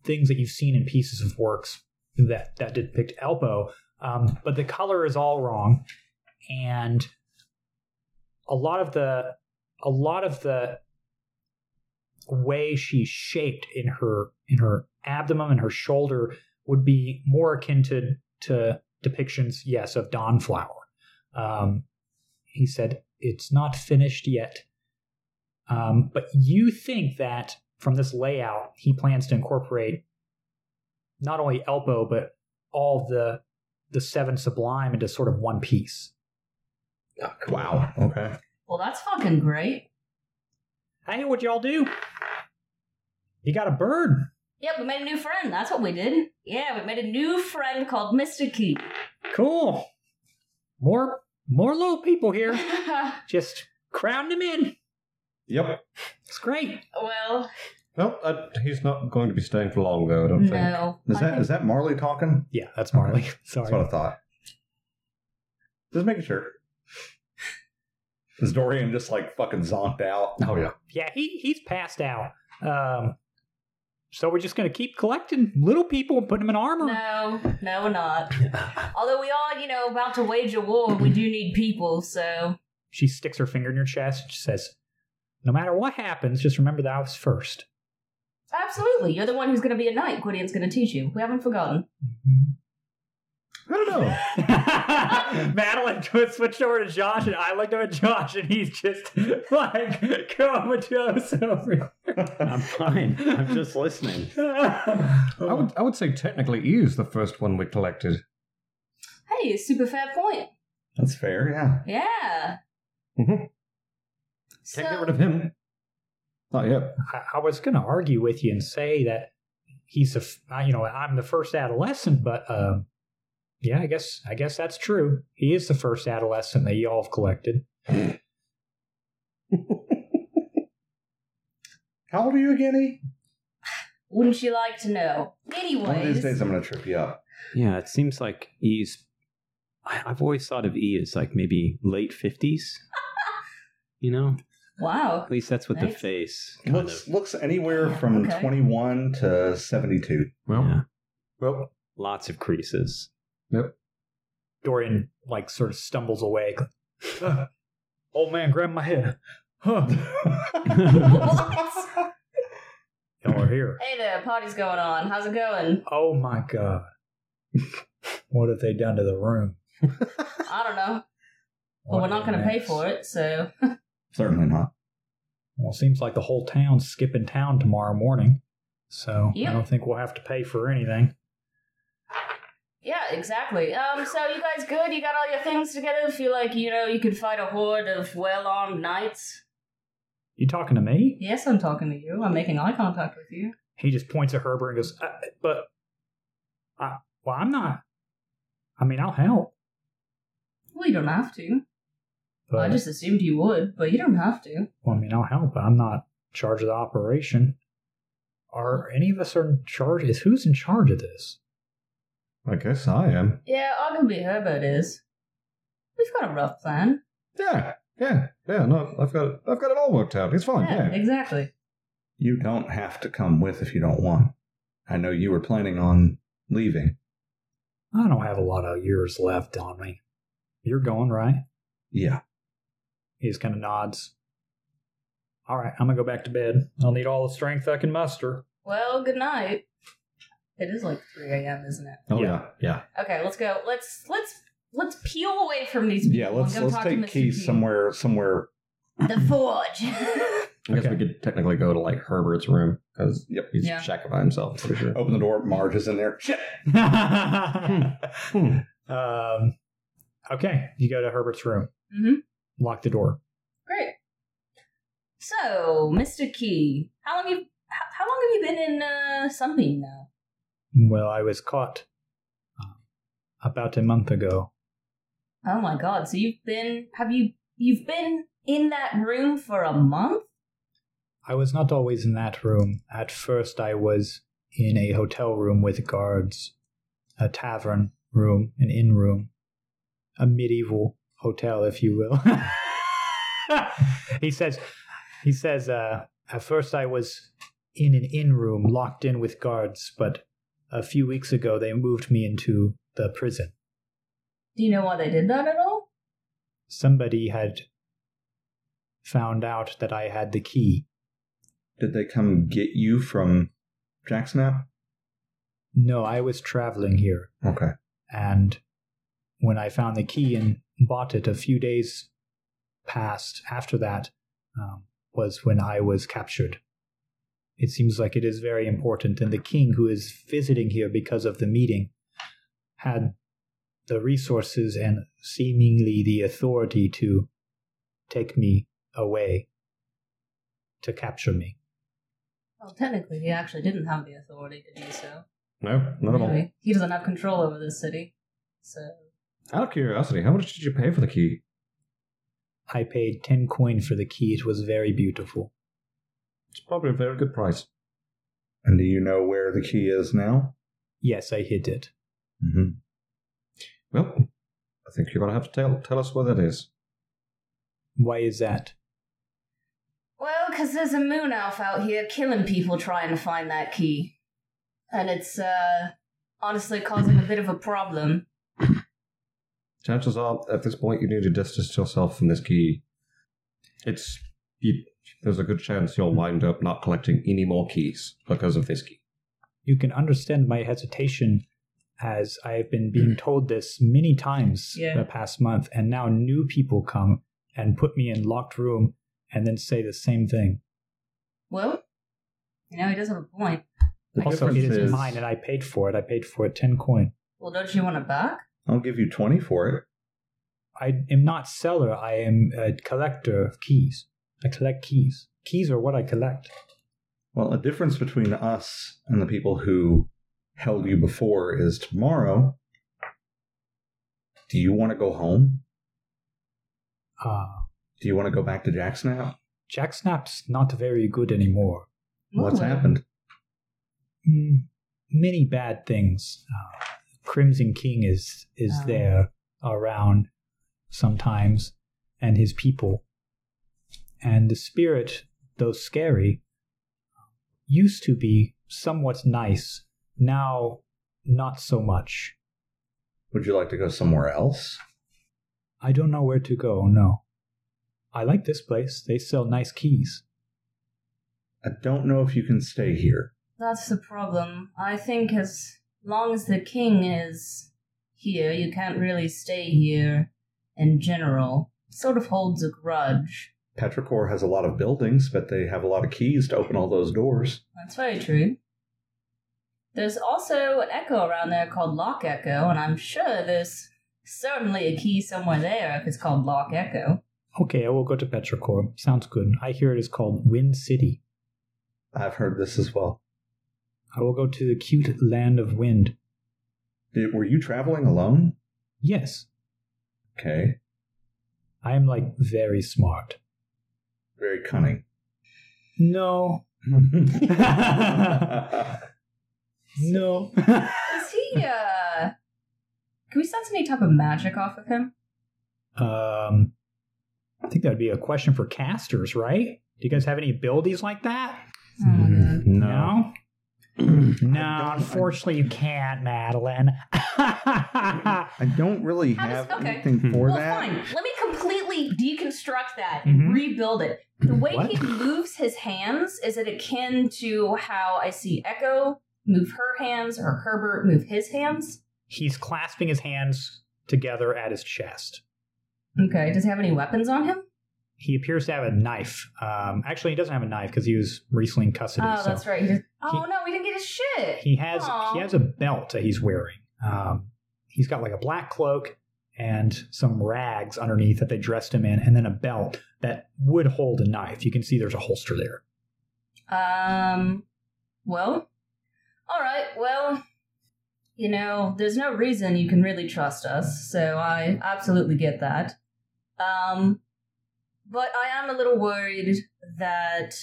S4: things that you've seen in pieces of works that that depict Elpo, um, but the color is all wrong, and a lot of the a lot of the way she's shaped in her in her abdomen and her shoulder would be more akin to to depictions, yes, of Dawnflower. Um, he said it's not finished yet, um, but you think that from this layout, he plans to incorporate not only Elpo but all the the seven sublime into sort of one piece.
S5: Wow. Okay.
S1: Well, that's fucking great.
S4: I know what y'all do. You got a bird.
S1: Yep, we made a new friend. That's what we did. Yeah, we made a new friend called Mr. Key. *laughs*
S4: Cool. More more little people here. Just crowd them in.
S2: Yep.
S4: It's great.
S1: well,
S2: Well, uh, he's not going to be staying for long, though. I don't think.
S1: no.
S5: Is
S1: I
S5: that
S1: think-
S5: is that Marley talking?
S4: Yeah, that's Marley. *laughs* Sorry.
S5: That's what I thought. Just making sure. Is Dorian just like fucking zonked out? Oh yeah.
S4: Yeah, he he's passed out. Um, so we're just gonna keep collecting little people and putting them in armor.
S1: no, no, we're not. Although we are, you know, about to wage a war, we do need people, so.
S4: She sticks her finger in your chest. She says, "No matter what happens, just remember that I was first. *laughs*
S1: Absolutely. You're the one who's going to be a knight. Gwydion's going to teach you. We haven't forgotten.
S5: I don't know.
S4: Madeline just switched over to Josh, and I looked over at Josh, and he's just *laughs* like comatose over.
S6: I'm fine. I'm just listening.
S2: *laughs* I would. I would say technically, he is the first one we collected.
S1: Hey, it's super fair point.
S5: That's fair. Yeah.
S1: Yeah.
S5: Mm-hmm.
S2: Mhm.
S1: So,
S2: Can't get rid of him. Not yet.
S4: I, I was going to argue with you and say that he's a, f- I- you know, I'm the first adolescent, but um, yeah, I guess I guess that's true. He is the first adolescent that y'all have collected.
S5: How old are you again? E?
S1: Wouldn't you like to know?
S5: One of
S1: Anyways,
S5: these days, I'm going to trip you up.
S6: Yeah, it seems like E's. I, I've always thought of E as like maybe late 50s. you know?
S1: wow.
S6: At least that's what the
S1: Nice.
S6: face kind
S5: Looks
S6: of.
S5: looks anywhere from
S1: Okay.
S5: 21 to *laughs* 72.
S2: Well,
S6: yeah.
S5: Well,
S6: Lots of
S2: *laughs*
S6: creases.
S4: Dorian like sort of stumbles away. *laughs* "Ugh, Old man, grab my head. *laughs* Huh.
S1: What?
S4: Y'all are here.
S1: hey there, party's going on. How's it going?
S4: Oh my god. *laughs* what have they done to the room?
S1: I don't know. But we're not going to pay for it, so
S5: certainly not.
S4: Well, it seems like the whole town's skipping town tomorrow morning. So
S1: Yeah.
S4: I don't think we'll have to pay for anything.
S1: yeah, exactly. Um, so you guys good? You got all your things together? Feel like you know you could fight a horde of well-armed knights?
S4: You talking to me?
S1: Yes, I'm talking to you. I'm making eye contact with you.
S4: He just points at Herbert and goes, uh, "But, I, well, I'm not. I mean, I'll help.
S1: Well, you don't have to.
S4: But
S1: I just assumed you would, but you don't have to.
S4: Well, I mean, I'll help. but I'm not in charge of the operation. Are any of us are in charge? Is who's in charge of this?
S2: I guess I am.
S1: Yeah, I can be Herbert is. We've got a rough plan.
S2: Yeah, yeah, yeah. No, I've got it. I've got it all worked out.
S5: Oh,
S2: It's fine.
S1: yeah,
S2: Yeah.
S1: exactly.
S5: You don't have to come with if you don't want. I know you were planning on leaving.
S4: I don't have a lot of years left on me. You're going right.
S5: Yeah.
S4: He just kind of nods. All right, I'm gonna go back to bed. I'll need all the strength I can muster.
S1: Well, good night. It is like 3 a.m., isn't it?
S2: Oh yeah, yeah.
S1: Okay, let's go. Let's let's let's peel away from these.
S5: Yeah,
S1: people and
S5: let's
S1: go
S5: let's
S1: talk to
S5: take
S1: Mr.
S5: keys
S1: P.
S5: somewhere somewhere
S1: The forge. *laughs*
S2: I guess we could technically go to like Herbert's room because yep, he's
S1: Yeah.
S2: Shaka by himself. Pretty sure.
S5: open the door, Marge is in there. Shit.
S2: Hmm.
S4: *laughs* um, okay, you go to Herbert's room.
S1: Mhm.
S4: Lock the door.
S1: Great. So, Mr. Key, how long you how, how long have you been in uh, Sunbeam now?
S4: Well, I was caught uh, about a month ago.
S1: Oh my God! So you've been have you you've been in that room for a month?
S4: I was not always in that room. At first, I was in a hotel room with guards, a tavern room, an inn room, a medieval hotel, if you will. *laughs* he says, he says, uh, at first I was in an inn room locked in with guards, but a few weeks ago they moved me into the prison.
S1: Do you know why they did that at all?
S4: Somebody had found out that I had the key.
S5: Did they come get you from Jacksnap?
S4: No, I was traveling here.
S5: Okay.
S4: and when I found the key and bought it a few days past after that um, was when I was captured. It seems like it is very important, and the king who is visiting here because of the meeting had the resources and seemingly the authority to take me away to capture me.
S1: Well, technically, he actually didn't have the authority to do so.
S2: No, not at all.
S1: Really. He doesn't have control over this city. So,
S2: Out of curiosity, how much did you pay for the key?
S4: I paid 10 coin for the key. It was very beautiful.
S2: It's probably a very good price.
S5: And do you know where the key is now?
S4: Yes, I hid it.
S5: Mm-hmm.
S2: Well, I think you're gonna have to tell tell us where that is.
S4: Why is that?
S1: well, because there's a moon elf out here killing people trying to find that key, and it's uh, honestly causing a bit of a problem.
S2: Chances are, at this point, you need to distance yourself from this key. It's you, there's a good chance you'll wind up not collecting any more keys because of this key.
S4: You can understand my hesitation as I have been
S5: Mm.
S4: being told this many times
S1: Yeah.
S4: the past month, and now new people come and put me in locked room and then say the same thing.
S1: Well, you know, he does have a point.
S5: The
S4: also, it
S5: difference
S4: is,
S5: is-
S4: mine, and I paid for it. I paid for it ten coin.
S1: Well, don't you want it back?
S5: I'll give you 20 for it.
S4: I am not seller. I am a collector of keys. I collect keys. Keys are what I collect.
S5: Well, the difference between us and the people who held you before is tomorrow. Do you want to go home?
S4: Uh,
S5: Do you want to go back to Jacksnap?
S4: Jack Snap's not very good anymore.
S5: What's
S1: Ooh.
S5: happened?
S4: mm, many bad things. Uh, Crimson King is is
S1: Oh.
S4: there around sometimes, and his people, and the spirit, though scary, used to be somewhat nice. Now, not so much.
S5: Would you like to go somewhere else?
S4: I don't know where to go. No, I like this place. They sell nice keys.
S5: I don't know if you can stay here.
S1: That's the problem. I think as long as the king is here, you can't really stay here in general. Sort of holds a grudge.
S5: Petrichor has a lot of buildings, but they have a lot of keys to open all those doors.
S1: That's very true. There's also an echo around there called Lock Echo, and I'm sure there's certainly a key somewhere there if it's called Lock Echo.
S4: Okay, I will go to Petrichor. Sounds good. I hear it is called Wind City.
S5: I've heard this as well.
S4: I will go to the cute land of wind.
S5: Did, were you traveling alone?
S4: Yes,
S5: Okay,
S4: I am like very smart.
S5: very cunning. *laughs*
S4: *laughs* No, no.
S1: Is he, uh. Can we sense any type of magic off of him?
S4: um, I think that would be a question for casters, right? Do you guys have any abilities like that?
S6: Hmm.
S1: Oh my god.
S6: No.
S4: No,
S5: I
S4: no
S5: don't-
S4: unfortunately, you can't, Madeline. *laughs*
S5: I don't really
S1: How does-
S5: have
S1: okay.
S5: anything for
S1: Well,
S5: that.
S1: fine. Let me completely deconstruct that and
S4: Mhm.
S1: rebuild it. The way
S4: What?
S1: he moves his hands is it akin to how I see Echo move her hands or Herbert move his hands.
S4: He's clasping his hands together at his chest.
S1: Okay. Does he have any weapons on him?
S4: He appears to have a knife. Um, actually, he doesn't have a knife because he was recently in custody.
S1: Oh,
S4: so.
S1: that's right. He just,
S4: He-
S1: oh no, we didn't get his shit.
S4: He has
S1: Aw.
S4: he has a belt that he's wearing. Um, he's got like a black cloak and some rags underneath that they dressed him in, and then a belt that would hold a knife. You can see there's a holster there.
S1: Um. Well. All right. Well. You know, there's no reason you can really trust us, so I absolutely get that. Um, but I am a little worried that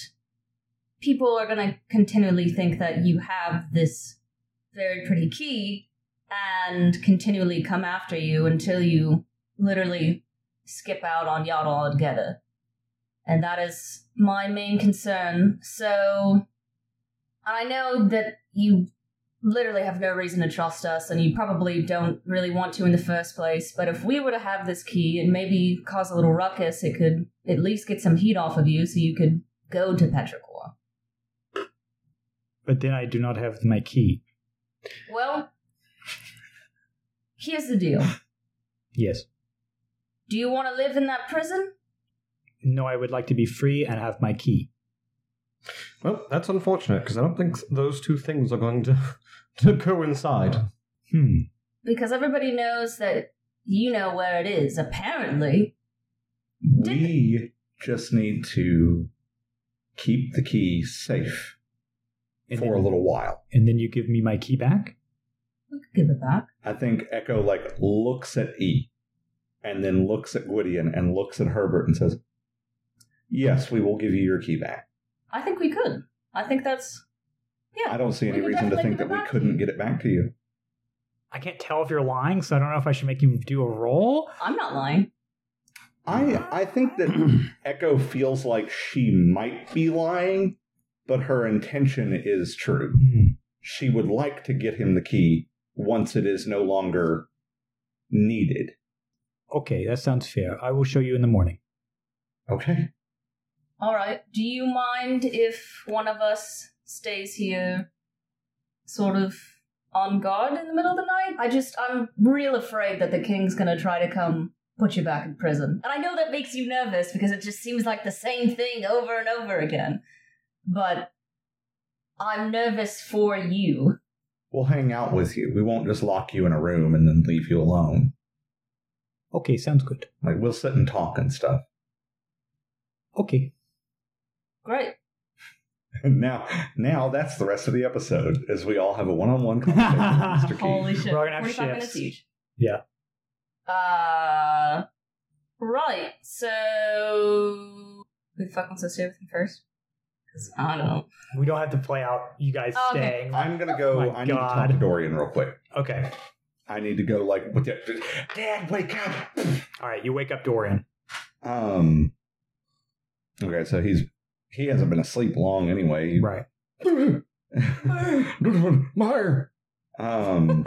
S1: people are going to continually think that you have this very pretty key and continually come after you until you literally skip out on Yacht altogether and that is my main concern. So I know that you literally have no reason to trust us, and you probably don't really want to in the first place. But if we were to have this key and maybe cause a little ruckus, it could at least get some heat off of you, so you could go to Petrichor.
S4: But then I do not have my key.
S1: Well, here's the deal.
S4: Yes.
S1: Do you want to live in that prison?
S4: No, I would like to be free and have my key.
S2: Well, that's unfortunate because I don't think those two things are going to *laughs* to coincide.
S4: Hmm.
S1: Because everybody knows that you know where it is, apparently.
S5: We just need to keep the key safe
S4: And
S5: for
S4: then,
S5: a little while.
S4: And then you give me my key back?
S1: We could give it back.
S5: I think Echo like looks at E and then looks at Gwydion and looks at Herbert and says, Yes, we will give you your key back.
S1: I think we could. I think that's
S5: I don't see any
S1: We can
S5: reason to
S1: definitely
S5: think
S1: give
S5: that
S1: it
S5: we
S1: back to
S5: couldn't
S1: you.
S5: get it back to you.
S4: I can't tell if you're lying, so I don't know if I should make you do a roll.
S1: I'm not lying.
S5: I I think *clears throat* that Echo feels like she might be lying, but her intention is true.
S4: Hmm.
S5: she would like to get him the key once it is no longer needed.
S4: Okay, that sounds fair. I will show you in the morning.
S5: Okay.
S1: All right. Do you mind if one of us stays here, sort of on guard in the middle of the night? I just, I'm real afraid that the king's gonna try to come put you back in prison. And I know that makes you nervous because it just seems like the same thing over and over again. But I'm nervous for you.
S5: We'll hang out with you. We won't just lock you in a room and then leave you alone.
S4: Okay, sounds good.
S5: Like we'll sit and talk and stuff. *laughs*
S4: Okay.
S1: Great.
S5: And now now that's the rest of the episode as we all have a one-on-one
S1: *laughs*
S5: conversation with Mr. Key.
S1: Holy shit.
S4: We're all gonna have
S1: 45 minutes
S4: shifts.
S1: each.
S4: Yeah.
S1: Uh, right. So, who the fuck wants to say everything first? 'Cause I don't know.
S4: We don't have to play out you guys
S1: Okay.
S4: staying.
S5: I'm gonna go.
S1: Oh
S4: My
S5: I need to talk
S4: God.
S5: to Dorian real quick.
S4: Okay.
S5: I need to go. Like, with the- Dad, wake up.
S4: All right. You wake up Dorian.
S5: Um. Okay, so he's he hasn't been asleep long anyway.
S4: Right.
S5: *laughs* Meyer. Um.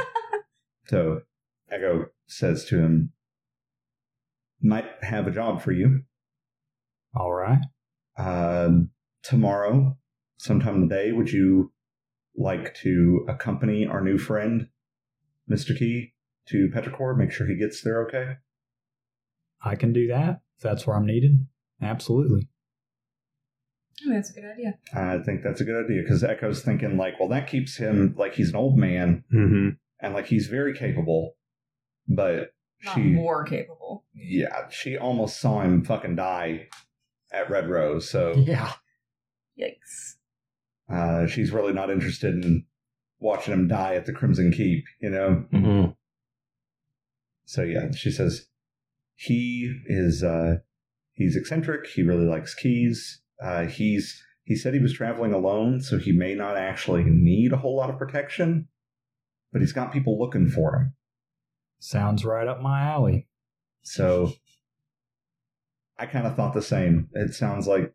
S5: so Echo says to him, "Might have a job for you
S4: All right.
S5: uh, tomorrow, sometime today. Would you like to accompany our new friend, Mister T, to Petrichor? Make sure he gets there okay."
S4: I can do that if that's where I'm needed. Absolutely.
S1: I mean, that's a good idea.
S5: I think that's a good idea because Echo's thinking like, well, that keeps him like he's an old man
S6: Mm-hmm.
S5: and like he's very capable, but
S1: Not
S5: she,
S1: more capable.
S5: yeah, she almost saw him fucking die at Red Rose, so
S4: Yeah.
S1: Yikes.
S5: uh, she's really not interested in watching him die at the Crimson Keep, you know.
S2: Mhm.
S5: So yeah, she says he is uh, he's eccentric. He really likes keys. Uh, he's he said he was traveling alone, so he may not actually need a whole lot of protection, but he's got people looking for him.
S4: Sounds right up my alley.
S5: So I kind of thought the same. It sounds like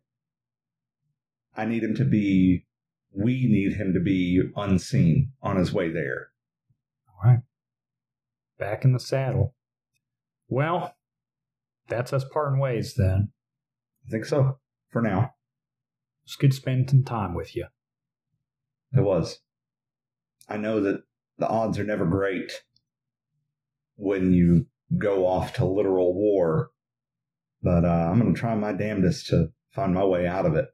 S5: I need him to be, we need him to be unseen on his way there.
S4: Back in the saddle. Well, that's us parting ways then.
S5: I think so. For now,
S4: It's good spending some time with you.
S5: it was. I know that the odds are never great when you go off to literal war, but uh, I'm going to try my damnedest to find my way out of it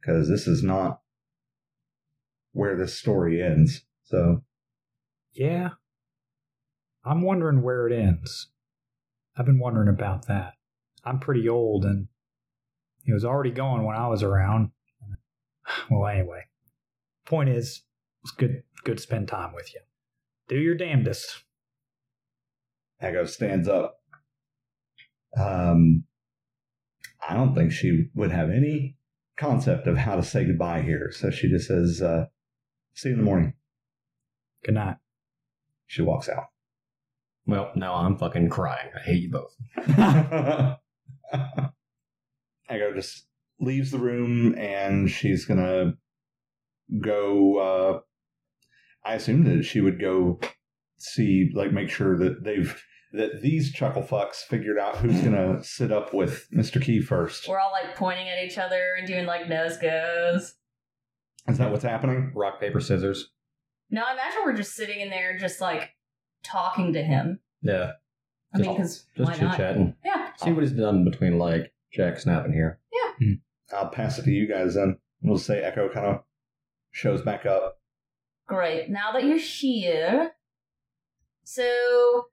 S5: because this is not where this story ends. So.
S4: Yeah. I'm wondering where it ends. I've been wondering about that. I'm pretty old and it was already going when I was around. *sighs* Well, anyway. Point is, it's good good to spend time with you. Do your damnedest.
S5: Echo stands up. Um, I don't think she would have any concept of how to say goodbye here. So she just says, uh, see you in the morning.
S4: Good night.
S5: She walks out.
S2: Well, now I'm fucking crying. I hate you both.
S5: Echo just leaves the room and she's going to go. Uh, I assume that she would go see, like, make sure that they've. That these chuckle fucks figured out who's gonna sit up with Mr. Key first.
S1: We're all like pointing at each other and doing like nose goes.
S5: Is that what's happening?
S2: Rock, paper, scissors.
S1: No, I imagine we're just sitting in there, just like talking to him.
S2: Yeah.
S1: I mean, because
S2: Just
S1: why
S2: chit
S1: not?
S2: chatting.
S1: Yeah.
S2: See what he's done between like Jack snapping here.
S5: I'll pass it to you guys then. We'll say Echo kind of shows back up.
S1: Great. Now that you're here, so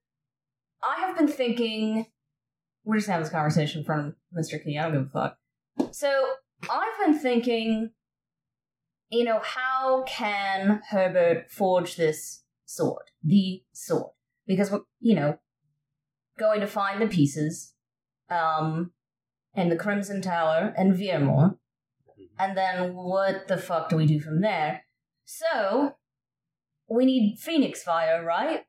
S1: I have been thinking. We're just having this conversation in front of Mr. Key. I don't give a fuck. So I've been thinking, you know, how can Herbert forge this sword, the sword? Because we're, you know, going to find the pieces, um, and the Crimson Tower and Viermore, and then what the fuck do we do from there? So, we need phoenix fire, right?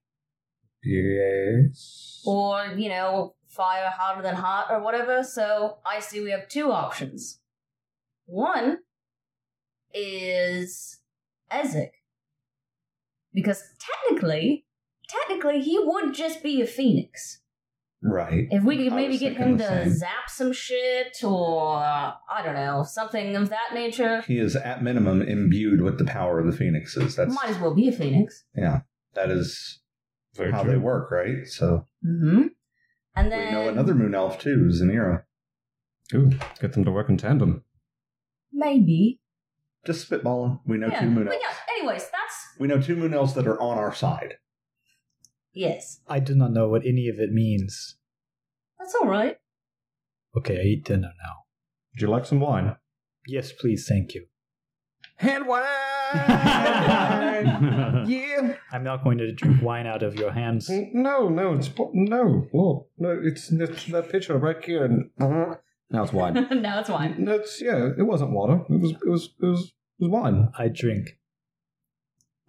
S2: Yes.
S1: Or, you know, fire hotter than hot or whatever. So, I see we have two options. One is Ezek. Because technically, technically, he would just be a phoenix.
S5: Right.
S1: If we
S5: I
S1: could maybe
S5: was
S1: get
S5: thinking
S1: him
S5: the
S1: to
S5: same.
S1: zap some shit or, I don't know, something of that nature,
S5: He is at minimum imbued with the power of the phoenixes. That's
S1: might as well be a phoenix.
S5: yeah. That is how they work, right? So
S1: hmm And then.
S5: we know another moon elf too, Zanira.
S2: Ooh, get them to work in tandem.
S1: Maybe.
S5: Just spitballing. We know
S1: yeah.
S5: two moon
S1: but
S5: elves.
S1: yeah, anyways, that's
S5: We know two moon elves that are on our side.
S1: yes.
S4: I do not know what any of it means.
S1: That's all *laughs* right.
S4: Okay, I eat dinner now.
S2: Would you like some wine?
S4: Yes, please, thank you.
S2: Hand *laughs* wine! yeah.
S4: I'm not going to drink wine out of your hands.
S2: No, no, it's po- no, Lord, no. It's, it's that picture right here, and uh, Now
S1: *laughs*
S2: it's wine.
S1: now it's wine.
S2: That's yeah. It wasn't water. It was it was it was it was wine.
S4: I drink.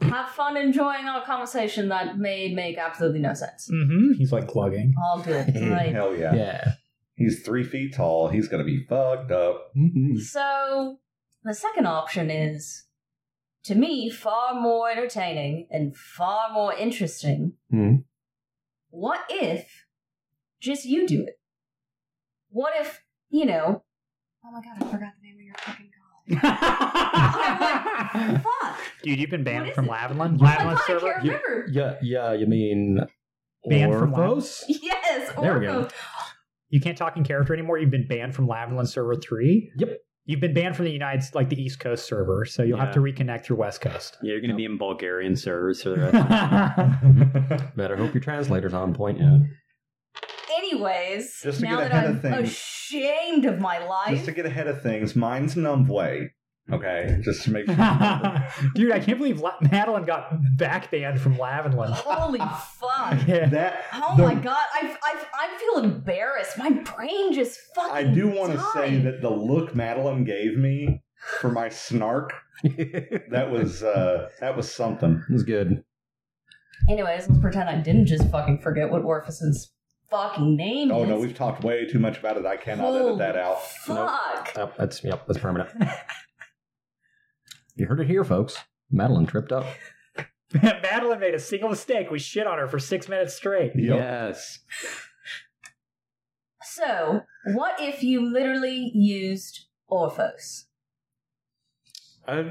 S1: Have fun enjoying our conversation that may make absolutely no sense.
S4: Mm-hmm. He's like
S1: *laughs*
S4: *laughs* clugging.
S1: All good,
S2: *laughs*
S1: right?
S5: Hell yeah.
S4: Yeah.
S5: He's three feet tall. He's gonna be
S2: *laughs*
S5: fucked up.
S1: So the second option is, to me, far more entertaining and far more interesting.
S2: Hmm.
S1: What if just you do it? What if you know? Oh my god, I forgot the name of your fucking
S2: *laughs*
S1: god. Fuck!
S4: Dude, you've been
S1: What
S4: banned
S1: is
S4: from
S1: it?
S4: Lavinland.
S1: Oh my god,
S4: Lavinland
S1: I can't
S4: server. You-
S1: remember. *laughs*
S2: Yeah, yeah. You mean
S4: Banned from
S2: Orphos?
S1: Yes,
S2: There we go.
S1: Orpho.
S4: You can't talk in character anymore. You've been banned from Lavinland server three.
S2: Yep.
S4: You've been banned from the United like the East Coast server, so you'll have
S6: Yeah.
S4: to reconnect through West Coast.
S6: Yeah, you're going to be in Bulgarian servers for *laughs* the
S4: *laughs*
S6: rest.
S4: That's
S2: Better hope your translator's on point. Yeah.
S1: Anyways,
S5: Just to
S1: now
S5: get
S1: that
S5: ahead of
S1: I'm
S5: things.
S1: ashamed of my
S5: Just
S1: life,
S5: to get ahead of things, mine's Numbway. Okay, just to
S1: *laughs*
S5: make sure.
S4: Dude, I can't believe La- Madeline got back banned
S1: *laughs*
S4: from Lavinland.
S1: holy
S5: *laughs*
S1: fuck.
S4: *laughs* yeah.
S5: that
S1: Oh
S5: the-
S1: my god, I I I feel embarrassed. My brain just fucking.
S5: I do want to
S1: died.
S5: say that the look Madeline gave me for my snark
S2: *laughs*
S5: that was uh that was something.
S2: It was good.
S1: Anyways, let's pretend I didn't just fucking forget what Orpheus's fucking name
S5: Oh
S1: is.
S5: no, we've talked way too much about it. I cannot edit
S1: Holy
S5: that out.
S1: Fuck.
S2: Yep, Oh, that's yep, that's permanent. you heard it here, folks. Madeline tripped up.
S4: Madeline made a single mistake. We shit on her for six minutes straight.
S5: *laughs* Yep.
S6: Yes.
S1: So, what if you literally used Orphos?
S2: I,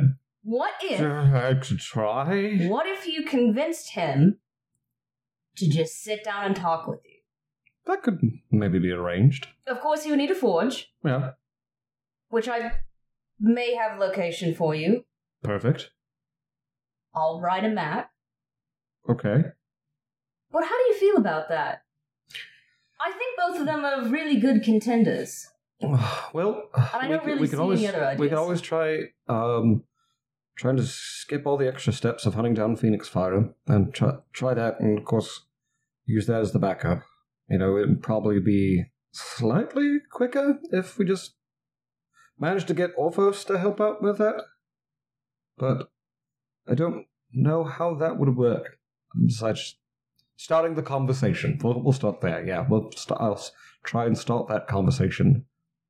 S1: What if
S2: I could try.
S1: what if you convinced him to just sit down and talk with you?
S2: That could maybe be arranged.
S1: Of course, you would need a forge,
S2: Yeah,
S1: which I may have location for you.
S2: perfect.
S1: I'll write a map.
S2: Okay.
S1: But how do you feel about that? I think both of them are really good contenders.
S2: *sighs* Well,
S1: I
S2: we
S1: don't
S2: could-
S1: really
S2: we could
S1: see
S2: always
S1: any other
S2: we could
S1: ideas.
S2: always try um, trying to skip all the extra steps of hunting down Phoenix Fire and try try that, and of course use that as the backup. You know, it'd probably be slightly quicker if we just managed to get Orphos to help out with that. But I don't know how that would work. Besides starting the conversation, we'll, we'll start there. Yeah, we'll start. I'll s- try and start that conversation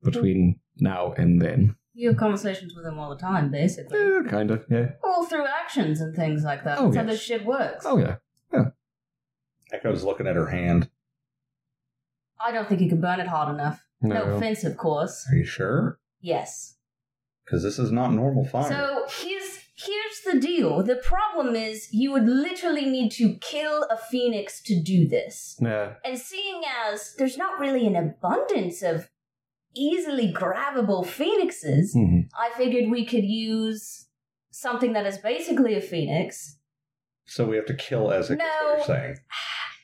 S2: Mm-hmm. between now and then.
S1: You have conversations with them all the time, basically.
S2: Yeah, kind of. Yeah.
S1: All through actions and things like that.
S2: Mm. Oh,
S1: That's how
S2: yes.
S1: this shit works.
S2: Oh yeah.
S5: Echo's looking at her hand.
S1: I don't think you can burn it hard enough. No, offense, of course.
S5: Are you sure?
S1: Yes.
S5: Because this is not normal fire.
S1: So here's here's the deal. The problem is you would literally need to kill a phoenix to do this.
S2: Yeah.
S1: And seeing as there's not really an abundance of easily grabbable phoenixes,
S2: Mhm.
S1: I figured we could use something that is basically a phoenix.
S5: So we have to kill Ezek, is
S1: No.
S5: what you're saying.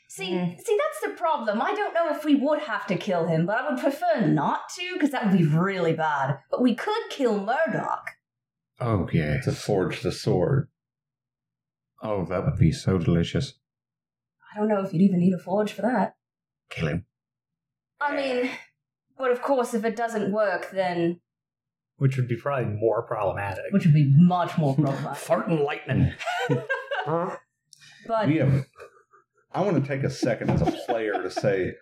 S1: See, see, that's the problem. I don't know if we would have to kill him, but I would prefer not to because that would be really bad. But we could kill Murdoch.
S2: Oh yeah.
S5: To forge the sword.
S2: Oh, that would be so delicious.
S1: I don't know if you'd even need a forge for that.
S2: Kill him.
S1: I mean, but of course, if it doesn't work, then
S4: Which would be probably more problematic.
S1: which would be much more problematic.
S4: Farting lightning. *laughs*
S1: But
S5: We have I want to take a second as a player to say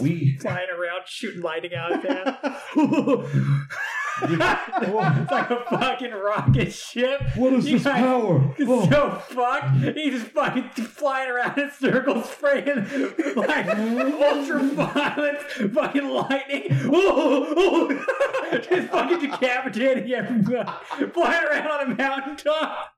S5: we
S4: flying around, shooting lightning out of that.
S5: *laughs*
S4: it's like a fucking rocket ship.
S5: What is
S4: You
S5: this
S4: guys-
S2: Oh,
S5: power? Oh.
S4: It's so fucked. He's just fucking flying around in circles, spraying
S5: *laughs*
S4: like ultraviolet fucking lightning. *laughs* just fucking decapitating everyone. Flying around on a mountaintop.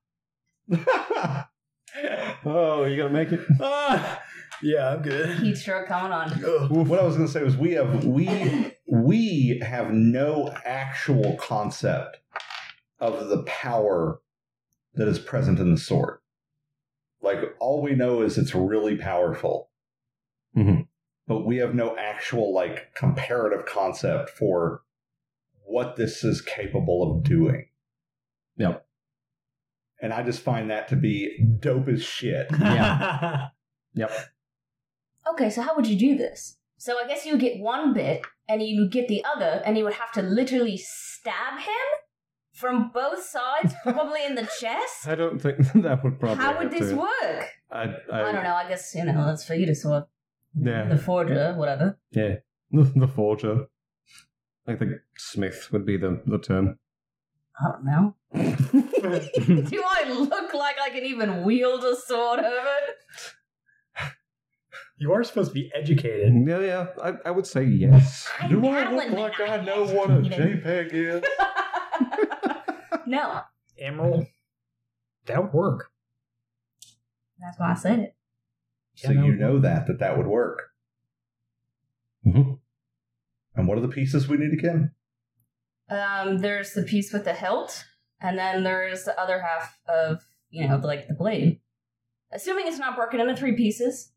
S2: Oh, you gonna make it?
S4: Uh, yeah, I'm good.
S1: he's sure coming on.
S5: What I was going to say was we have we we have no actual concept of the power that is present in the sword. Like all we know is it's really powerful,
S2: Mhm.
S5: but we have no actual like comparative concept for what this is capable of doing.
S2: Yep.
S5: And I just find that to be dope as shit.
S4: Yeah.
S1: Okay, so how would you do this? So I guess you would get one bit, and he would get the other, and he would have to literally stab him from both
S5: *laughs*
S1: sides, probably in the chest.
S2: I don't think *laughs* that would probably.
S1: How would
S2: have
S1: this
S2: to-
S1: work?
S2: I,
S1: I don't know. I guess you know that's for you to sort.
S2: Yeah.
S1: The forger, whatever.
S2: Yeah, the, the forger. I think Smith would be the, the term.
S1: I don't
S5: *laughs*
S1: know. *laughs* Do I look like I can even wield a sword, Herbert?
S4: *laughs* You are supposed to be educated.
S2: Yeah, yeah, I, I would say yes.
S1: I'm
S5: Do I
S1: Madeline,
S5: look
S1: but
S5: like I
S1: not
S5: know what a
S1: educated.
S5: JPEG is?
S1: *laughs* no,
S4: Emerald. That would work.
S1: that's why I said it.
S5: so you know that that that would work.
S2: Mhm.
S5: And what are the pieces we need again?
S1: Um, there's the piece with the hilt, and then there's the other half of you know like the blade. Assuming it's not broken into three pieces.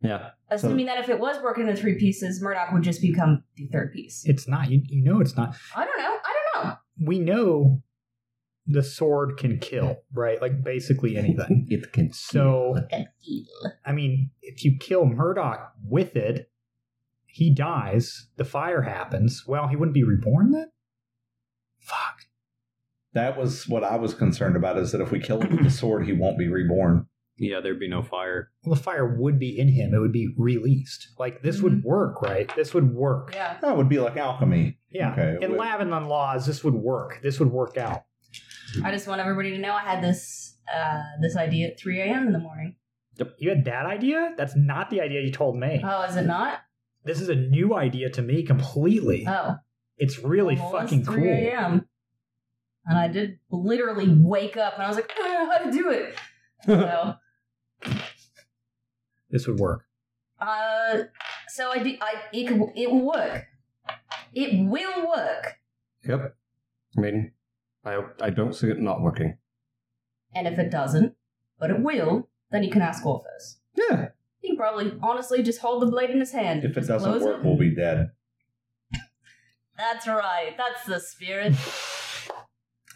S2: Yeah.
S1: Assuming that if it was broken into three pieces, Murdoch would just become the third piece.
S4: It's not. You, you know it's not.
S1: I don't know. I don't know.
S4: We know the sword can kill, right? Like basically
S5: *laughs*
S4: anything.
S2: It can.
S4: So
S1: Like a heel.
S4: I mean, if you kill Murdoch with it, he dies. The fire happens. Well, he wouldn't be reborn then. Fuck.
S5: That was what I was concerned about is that if we kill him with the sword, he won't be reborn.
S6: Yeah, there'd be no fire.
S4: Well, the fire would be in him. It would be released. Like this would work, right? This would work.
S1: Yeah.
S5: That would be like alchemy.
S4: Yeah.
S5: Okay,
S4: In
S5: wait.
S4: Lavinland laws, this would work. This would work out.
S1: I just want everybody to know I had this uh, this idea at 3 a.m. in the morning.
S4: You had that idea? That's not the idea you told me.
S1: Oh, is it not?
S4: this is a new idea to me completely.
S1: Oh,
S4: it's really
S1: well, it's
S4: fucking
S1: 3
S4: cool.
S1: a.m. And I did literally wake up and I was like, I don't know how to do it.
S4: *laughs*
S1: So,
S4: This would *laughs* work.
S1: uh, so I do. I it could- it will work. It will work.
S2: Yep. I mean, I I don't see it not working.
S1: And if it doesn't, but it will, then you can ask Orphos.
S2: Yeah.
S1: He can probably honestly just hold the blade in his hand.
S5: If it
S1: Just
S5: doesn't
S1: close
S5: work,
S1: it.
S5: we'll be dead.
S1: That's right. That's the spirit.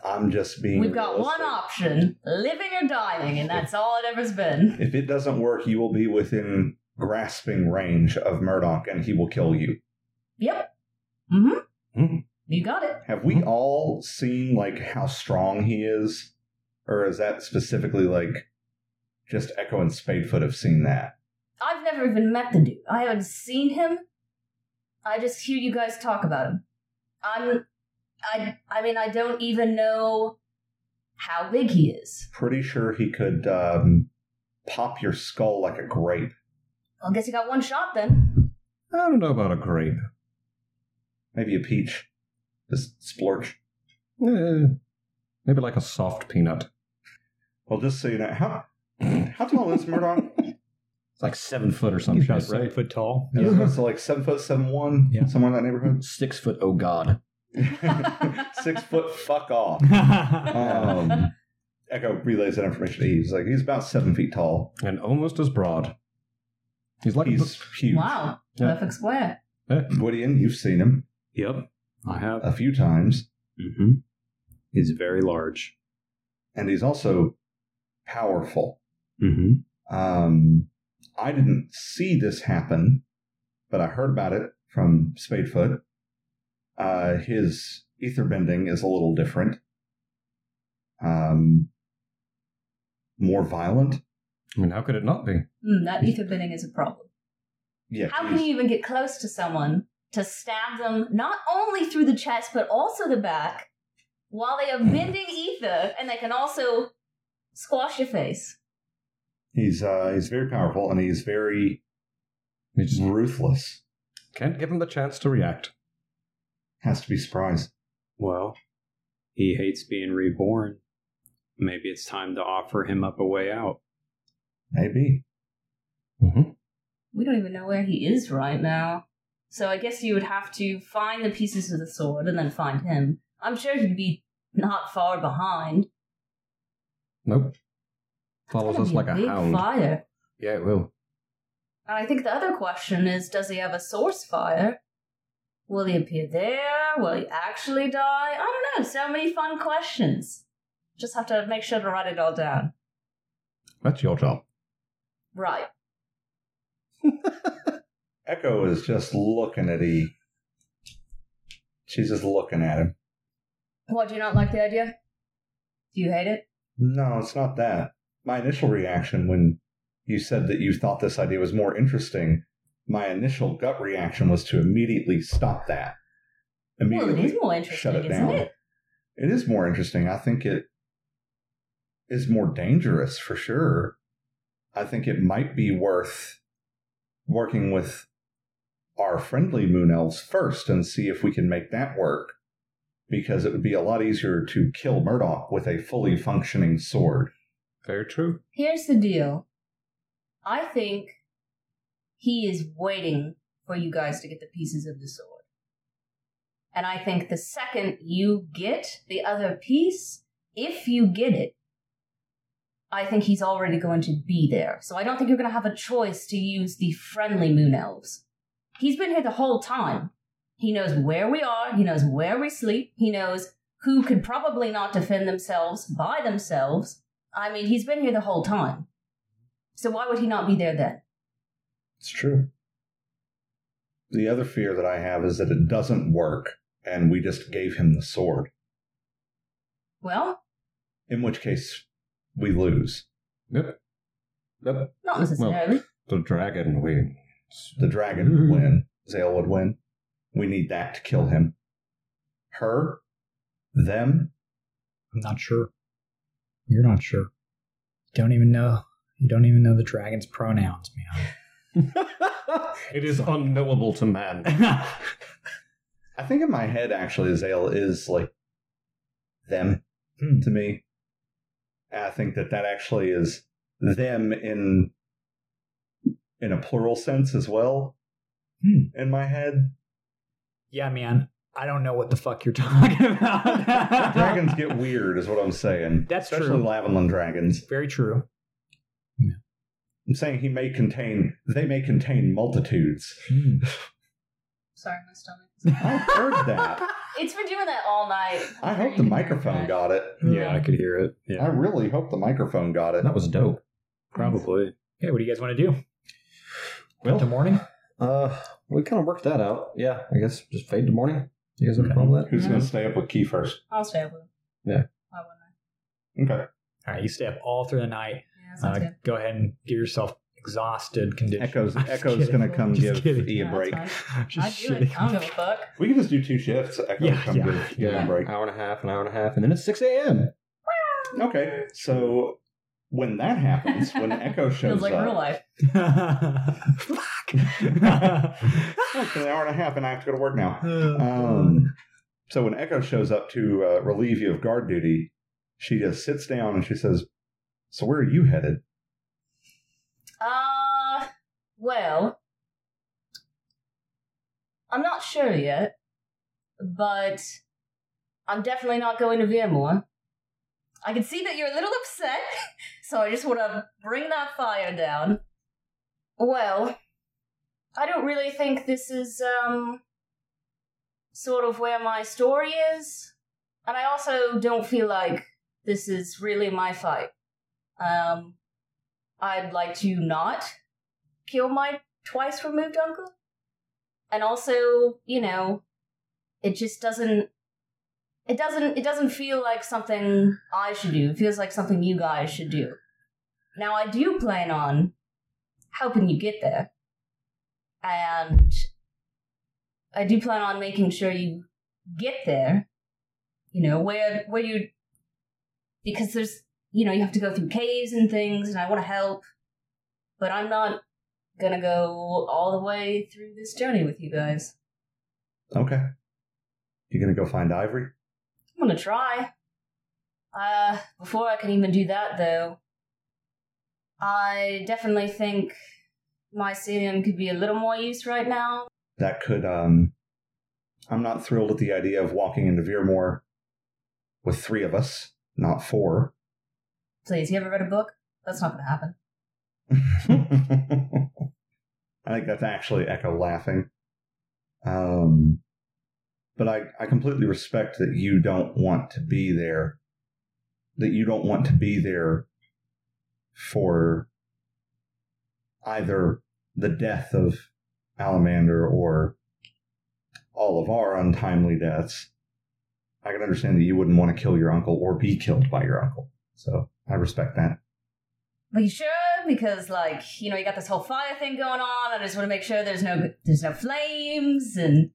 S5: I'm just being.
S1: We've got
S5: realistic.
S1: one option living or dying, and that's all it ever's been.
S5: If it doesn't work, you will be within grasping range of Murdoch, and he will kill you.
S1: Yep. Mm hmm.
S5: Mm-hmm.
S2: Mhm.
S1: You got it.
S5: Have we all seen like how strong he is, or is that specifically like just Echo and Spadefoot have seen that?
S1: I've never even met the dude. I haven't seen him. I just hear you guys talk about him. I'm. I, I mean, I don't even know how big he is.
S5: Pretty sure he could um, pop your skull like a grape.
S1: Well, I guess you got one shot then.
S2: I don't know about a grape.
S5: maybe a peach. Just splorch.
S2: Eh, maybe like a soft peanut.
S5: Well, just so you know, how how tall is Murdoch?
S2: It's like seven foot or
S4: He's
S2: something,
S4: about
S2: right?
S4: seven foot tall.
S5: yeah. So like seven foot seven one,
S4: Yeah.
S5: somewhere in that
S2: *laughs*
S5: neighborhood.
S2: Six foot. Oh God.
S5: Six foot, fuck off. Um, Echo relays that information to Eve. He's like he's about seven feet tall.
S2: And almost as broad. He's like a eh?
S5: He's huge.
S1: wow.
S2: Yeah.
S1: Perfect square.
S5: Gwydion, you've seen him
S6: Yep, I have.
S5: a few times,
S6: Mm-hmm. He's very large.
S5: and he's also powerful.
S6: Mm-hmm.
S5: Um, I didn't see this happen, but I heard about it from Spadefoot. Uh, his ether bending is a little different, um, more violent.
S2: I mean, how could it not be?
S1: Mm, that ether bending is a problem.
S5: Yeah,
S1: How
S5: he's-
S1: can you even get close to someone to stab them not only through the chest but also the back while
S5: *sighs*
S1: they are bending ether and they can also squash your face?
S5: he's uh, he's very powerful and he's very
S2: You just
S5: ruthless.
S2: can't give him the chance to react.
S5: Has to be surprised.
S6: Well, he hates being reborn. Maybe it's time to offer him up a way out.
S5: Maybe
S2: Mm-hmm.
S1: We don't even know where he is right now. So I guess you would have to find the pieces of the sword and then find him. I'm sure he'd be not far behind.
S2: Nope.
S1: That's
S2: Follows
S1: gonna
S2: us
S1: be
S2: like a
S1: big
S2: hound.
S1: Fire.
S2: Yeah, it will.
S1: And I think the other question is does he have a source fire? Will he appear there? Will he actually die? I don't know. So many fun questions. Just have to make sure to write it all down.
S2: That's your job.
S1: Right.
S5: Echo is just looking at E. She's just looking at him.
S1: What, do you not like the idea? Do you hate it?
S5: No, it's not that. My initial reaction when you said that you thought this idea was more interesting, my initial gut reaction was to immediately stop that.
S1: Well, it
S5: Immediately
S1: is more
S5: shut
S1: interesting,
S5: it
S1: isn't
S5: down.
S1: it?
S5: It is more interesting. I think it is more dangerous for sure. I think it might be worth working with our friendly moon elves first and see if we can make that work because it would be a lot easier to kill Murdoch with a fully functioning sword.
S2: Very true.
S1: Here's the deal. I think he is waiting for you guys to get the pieces of the sword. And I think the second you get the other piece, if you get it, I think he's already going to be there. So I don't think you're going to have a choice to use the friendly moon elves. He's been here the whole time. He knows where we are, he knows where we sleep, he knows who could probably not defend themselves by themselves. I mean, he's been here the whole time. So why would he not be there then?
S5: It's true. The other fear that I have is that it doesn't work and we just gave him the sword,
S1: Well,
S5: in which case we lose.
S2: Yep. Yep.
S1: not necessarily.
S2: The dragon we
S5: The dragon would
S4: Mm-hmm.
S5: win. Zale would win. We need that to kill him. Her, them,
S4: I'm not sure. You're not sure. You don't even know. You don't even know the dragon's pronouns,
S2: *laughs* It is unknowable to man.
S4: man.
S5: I think in my head, actually, Azale is like them
S4: Hmm.
S5: to me. And I think that that actually is them in in a plural sense as well.
S4: Hmm.
S5: In my head,
S4: *laughs* yeah, man. I don't know what the fuck you're talking *laughs* about. *laughs*
S5: dragons get weird, is what I'm saying.
S4: That's
S5: Especially
S4: true.
S5: Lavalin dragons.
S4: Very true.
S5: I'm saying he may contain, they may contain multitudes.
S1: *laughs* Sorry, my stomach.
S5: I heard that.
S1: *laughs* It's been doing that all night.
S5: I hope the microphone got it.
S6: Yeah, I could hear it. Yeah,
S5: I really hope the microphone got it.
S2: That was dope.
S6: probably.
S4: Okay, what do you guys want to do?
S2: Well-
S4: the morning.
S2: Uh, we kind of worked that out. Yeah, I guess just fade to morning. You guys have a problem with that?
S5: Who's going to stay up with Key first?
S1: I'll stay with him.
S2: Yeah.
S1: Why wouldn't I?
S5: Okay.
S4: All right, you stay up all through the night.
S1: Yeah,
S4: Uh,
S1: sounds good.
S4: go ahead and give yourself exhausted condition.
S5: Echo's
S4: I'm just
S5: Echo's
S4: kidding.
S5: going to come
S4: Just
S5: give
S4: kidding.
S5: E a
S1: No,
S5: break.
S1: that's fine.
S5: *laughs*
S1: I
S4: Just
S1: do it. I don't
S4: shitting.
S1: give a fuck.
S5: We can just do two shifts. Echo's
S4: Yeah,
S5: come
S4: yeah.
S5: give E
S1: Yeah.
S5: a break.
S2: Hour and a half, an hour and a half, and then it's six a.m.
S5: Okay. So when that happens, when Echo shows
S1: Feels like
S5: up,
S1: real life.
S5: *laughs*
S1: *laughs*
S4: Fuck.
S5: "Oh, it's been an hour and a half, and I have to go to work now. Um, so when Echo shows up to uh, relieve you of guard duty, she just sits down and she says, "So where are you headed?"
S1: Uh, well, I'm not sure yet, but I'm definitely not going to Veermore. I can see that you're a little upset, *laughs* so I just want to bring that fire down. Well, I don't really think this is, um, sort of where my story is, and I also don't feel like this is really my fight. Um, I'd like to not kill my twice removed uncle. And also, you know, it just doesn't it doesn't it doesn't feel like something I should do. It feels like something you guys should do. Now I do plan on helping you get there. And I do plan on making sure you get there. You know, where where you because there's you know, you have to go through caves and things, and I want to help, but I'm not gonna go all the way through this journey with you guys.
S5: Okay. You gonna go find Ivory?
S1: I'm gonna try. Uh, before I can even do that, though, I definitely think mycelium could be a little more use right now.
S5: That could. um I'm not thrilled at the idea of walking into Veermore with three of us, not four.
S1: Please, you ever read a book? That's not gonna happen.
S5: I think that's actually Echo laughing. Um, but I, I completely respect that you don't want to be there, that you don't want to be there for either the death of Alamander or all of our untimely deaths, I can understand that you wouldn't want to kill your uncle or be killed by your uncle. So I respect that.
S1: But you should because, like, you know, you got this whole fire thing going on. I just want to make sure there's no there's no flames, and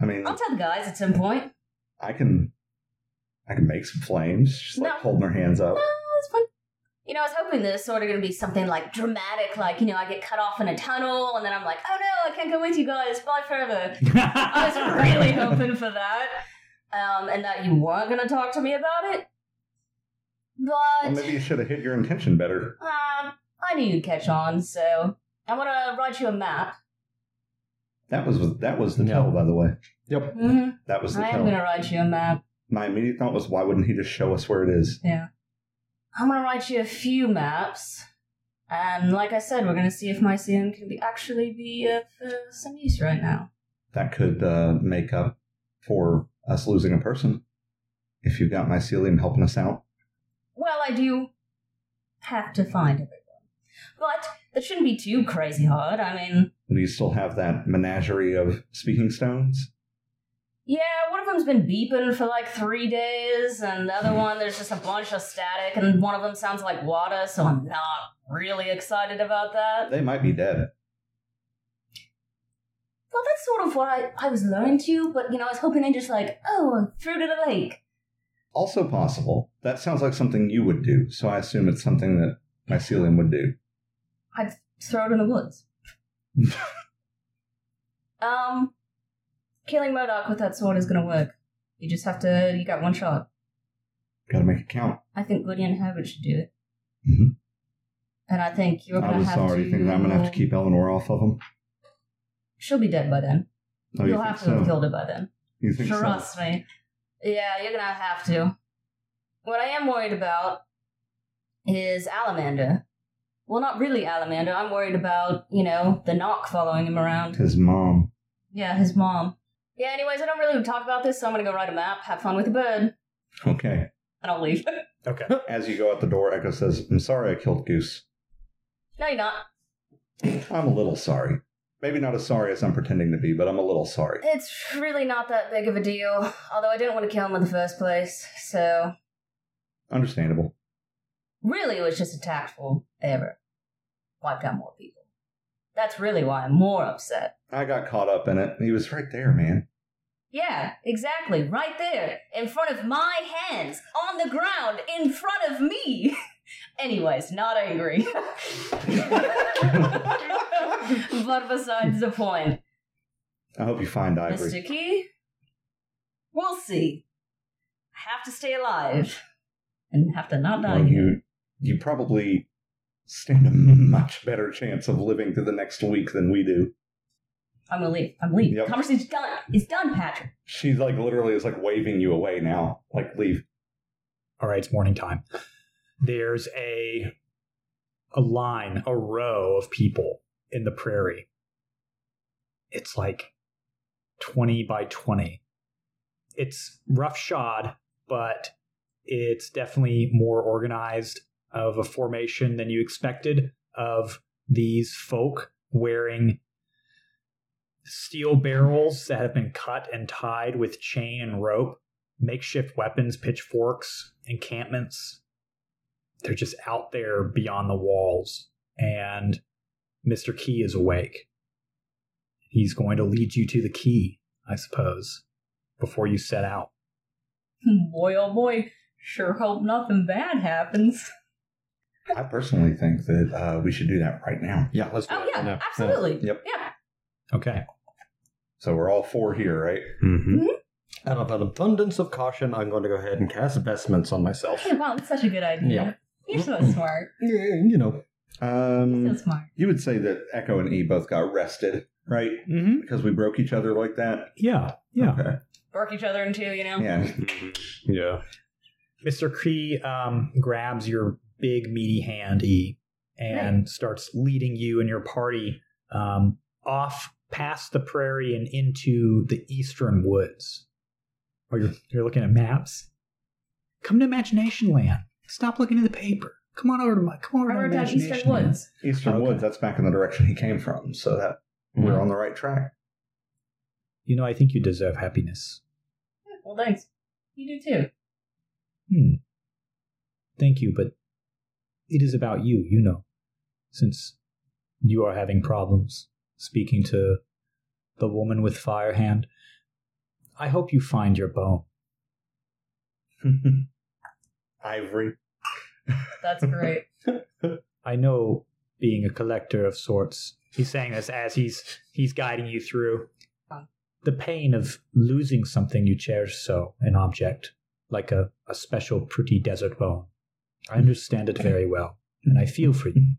S5: I mean,
S1: I'll tell the guys at some point.
S5: I can, I can make some flames. She's like
S1: No.
S5: holding her hands up.
S1: No, it's fun. You know, I was hoping this sort of going to be something like dramatic, like you know, I get cut off in a tunnel, and then I'm like, oh no, I can't go with you guys, bye forever. *laughs* I was
S6: *laughs*
S1: really hoping for that, um, and that you weren't going to talk to me about it.
S5: Well,
S1: But
S5: maybe you should have hit your intention better.
S1: um, I knew you'd catch on, so I want to write you a map.
S5: That was that was the
S2: No.
S5: tell, by the way.
S2: Yep.
S1: hmm
S5: That was the
S1: I am
S5: Mm-hmm. tell.
S1: going to write you a map.
S5: My immediate thought was, why wouldn't he just show us where it is?
S1: I'm gonna write you a few maps, and like I said, we're gonna see if my CM can be actually be of uh, some use right now.
S5: That could uh, make up for us losing a person. If you've got mycelium helping us out,
S1: Well, I do have to find everyone, but that shouldn't be too crazy hard. I mean,
S5: we still have that menagerie of speaking stones.
S1: yeah, one of them's been beeping for like three days, and the other one there's just a bunch of static, and one of them sounds like water, so I'm not really excited about that.
S5: They might be dead.
S1: Well, that's sort of what I, I was learning to, but you know, I was hoping they just like, oh, threw to the lake.
S5: Also possible. That sounds like something you would do, so I assume it's something that mycelium would do.
S1: throw it in the woods. um, killing Modoc with that sword is gonna work. You just have to. You got one shot.
S5: Got to make it count.
S1: I think Woody and Herbert should do it.
S5: Mhm.
S1: And I think you're gonna
S5: I was
S1: have
S5: already
S1: to.
S5: thinking I'm gonna have to keep Eleanor off of him.
S1: She'll be dead by then.
S5: Oh, you
S1: You'll
S5: think
S1: have to have
S5: so?
S1: killed her by then.
S5: You think so?
S1: Trust me. Yeah, you're gonna have to. What I am worried about is Alamander. Well, not really Alamander. I'm worried about you know the knock following him around.
S5: His mom.
S1: Yeah, his mom. Yeah, anyways, I don't really want to talk about this, so I'm going to go write a map, have fun with the bird,
S5: Okay.
S1: and I'll leave. *laughs*
S4: okay.
S5: *laughs* As you go out the door, Echo says, "I'm sorry, I killed Goose.
S1: no, you're not.
S5: I'm a little sorry. Maybe not as sorry as I'm pretending to be, but I'm a little sorry."
S1: It's really not that big of a deal, although I didn't want to kill him in the first place, so
S5: Understandable.
S1: really it was just a tactful error. Wiped out more people. That's really why I'm more upset.
S5: I got caught up in it. He was right there, man.
S1: Yeah, exactly, right there, in front of my hands, on the ground, in front of me. *laughs* anyways, not angry. *laughs* but besides the point.
S5: I hope you find Ivory.
S1: Mr. Key? We'll see. I have to stay alive. And have to not die.
S5: Well, you you probably stand a much better chance of living through the next week than we do.
S1: I'm gonna leave. I'm leaving.
S5: Yep.
S1: Conversation's done. It's done, Patrick. *laughs*
S5: She's like literally is like waving you away now. Like leave.
S4: All right, it's morning time. There's a a line, a row of people in the prairie. It's like 20 by 20. It's roughshod, but it's definitely more organized of a formation than you expected of these folk wearing steel barrels that have been cut and tied with chain and rope makeshift weapons, pitchforks, encampments. They're just out there beyond the walls. And Mr. Key is awake. He's going to lead you to the key, I suppose, before you set out.
S1: Boy, oh boy. Sure hope nothing bad
S5: *laughs*
S1: happens.
S5: I personally think that uh, we should do that right now.
S2: Yeah, let's do
S1: Oh
S2: it.
S1: yeah,
S2: No, no.
S1: absolutely.
S5: Yep.
S1: Yeah.
S4: Okay.
S5: So we're all four here, right?
S6: Mm-hmm.
S2: Out of an abundance of caution, I'm going to go ahead and cast vestments on myself.
S1: Hey, wow, that's such a good idea. You're so
S5: Mm-hmm.
S1: smart.
S2: Yeah, you know.
S1: So
S5: Um,
S1: smart.
S5: you would say that Echo and E both got arrested, right?
S4: Mm-hmm.
S5: Because we broke each other like that.
S4: Yeah. Yeah.
S5: Okay.
S1: Work each other in two, you know?
S5: Yeah.
S6: Mm-hmm. Yeah.
S4: Mr. Cree um, grabs your big meaty hand E and starts leading you and your party um, off past the prairie and into the eastern woods. Oh, you're, you're looking at maps. Come to Imagination Land. Stop looking at the paper. Come on over to my. Come on over
S1: Remember
S4: to
S1: about
S4: Imagination
S1: Eastern
S4: Land.
S1: Woods.
S5: Eastern
S4: Okay.
S5: Woods. That's back in the direction he came from. So that we're on the right track.
S4: You know, I think you deserve happiness.
S1: Well, thanks. You do too.
S4: Hmm. Thank you, but it is about you, you know. Since you are having problems speaking to the woman with fire hand, I hope you find your bone.
S5: Ivory. *laughs*
S1: That's great.
S4: I know being a collector of sorts. He's saying this as he's he's guiding you through the pain of losing something you cherish so, an object, like a, a special pretty desert bone. I understand it very well, and I feel for you.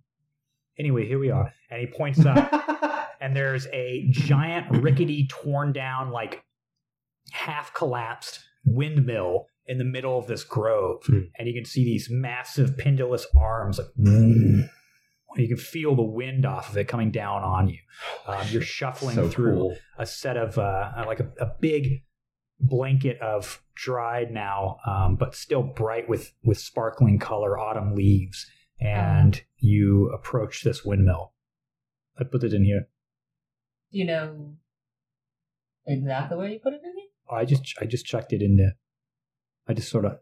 S4: Anyway, here we are. And he points up
S5: *laughs*
S4: and there's a giant rickety torn down, like half collapsed windmill in the middle of this grove
S5: Hmm.
S4: and you can see these massive pendulous arms like
S5: Hmm.
S4: "Mm." you can feel the wind off of it coming down on you um, you're shuffling
S5: so
S4: through
S5: cool.
S4: a set of uh, like a, a big blanket of dried now um, but still bright with with sparkling color autumn leaves and you approach this windmill i put it in here
S1: Do you know exactly where you put it in? here?
S4: i just i just chucked it in there i just sort of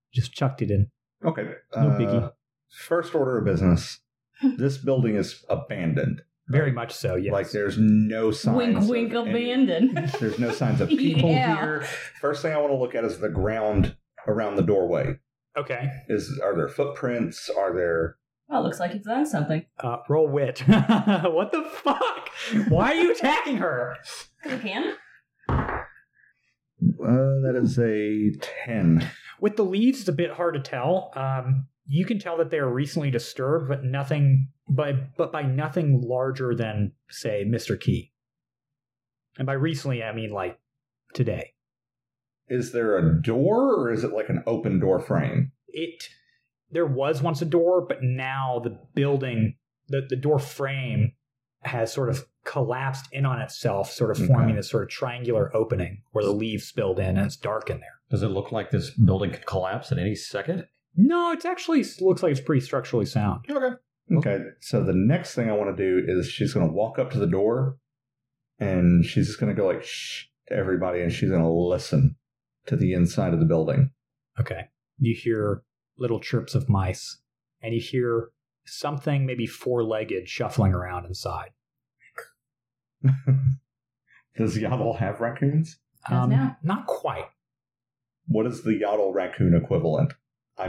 S4: *laughs* just chucked it in
S5: Okay.
S4: No
S5: Uh,
S4: biggie.
S5: First order
S1: *laughs*
S5: of business. This building is abandoned.
S4: very much so yes
S5: Like there's no signs.
S1: Wink,
S5: of
S1: wink,
S5: any-
S1: abandon.
S5: *laughs* There's no signs of people
S1: Yeah.
S5: here. First thing I want to look at is the ground around the doorway.
S4: okay
S5: Is are there footprints? Are there?
S1: well, looks like it's done something.
S4: Uh, roll wit. *laughs* what the fuck? Why are you attacking her?
S1: You can.
S5: Uh, that is a ten.
S4: With the leaves, it's a bit hard to tell. Um, you can tell that they are recently disturbed, but nothing by but by nothing larger than say Mr. Key. And by recently, I mean like today.
S5: Is there a door, or is it like an open door frame?
S4: It there was once a door, but now the building, the the door frame, has sort of collapsed in on itself, sort of
S5: Okay.
S4: forming this sort of triangular opening where the leaves spilled in, and it's dark in there.
S2: Does it look like this building could collapse at any second?
S4: No, it's actually looks like it's pretty structurally sound.
S5: Okay. So the next thing I want to do is she's going to walk up to the door, and she's just going to go like shh to everybody, and she's going to listen to the inside of the building. *laughs*
S4: Okay. You hear little chirps of mice, and you hear something maybe four-legged shuffling around inside.
S5: Does Yaddle have raccoons?
S1: Yes, no.
S4: Um, Not quite.
S5: What is the Yaddle raccoon equivalent? I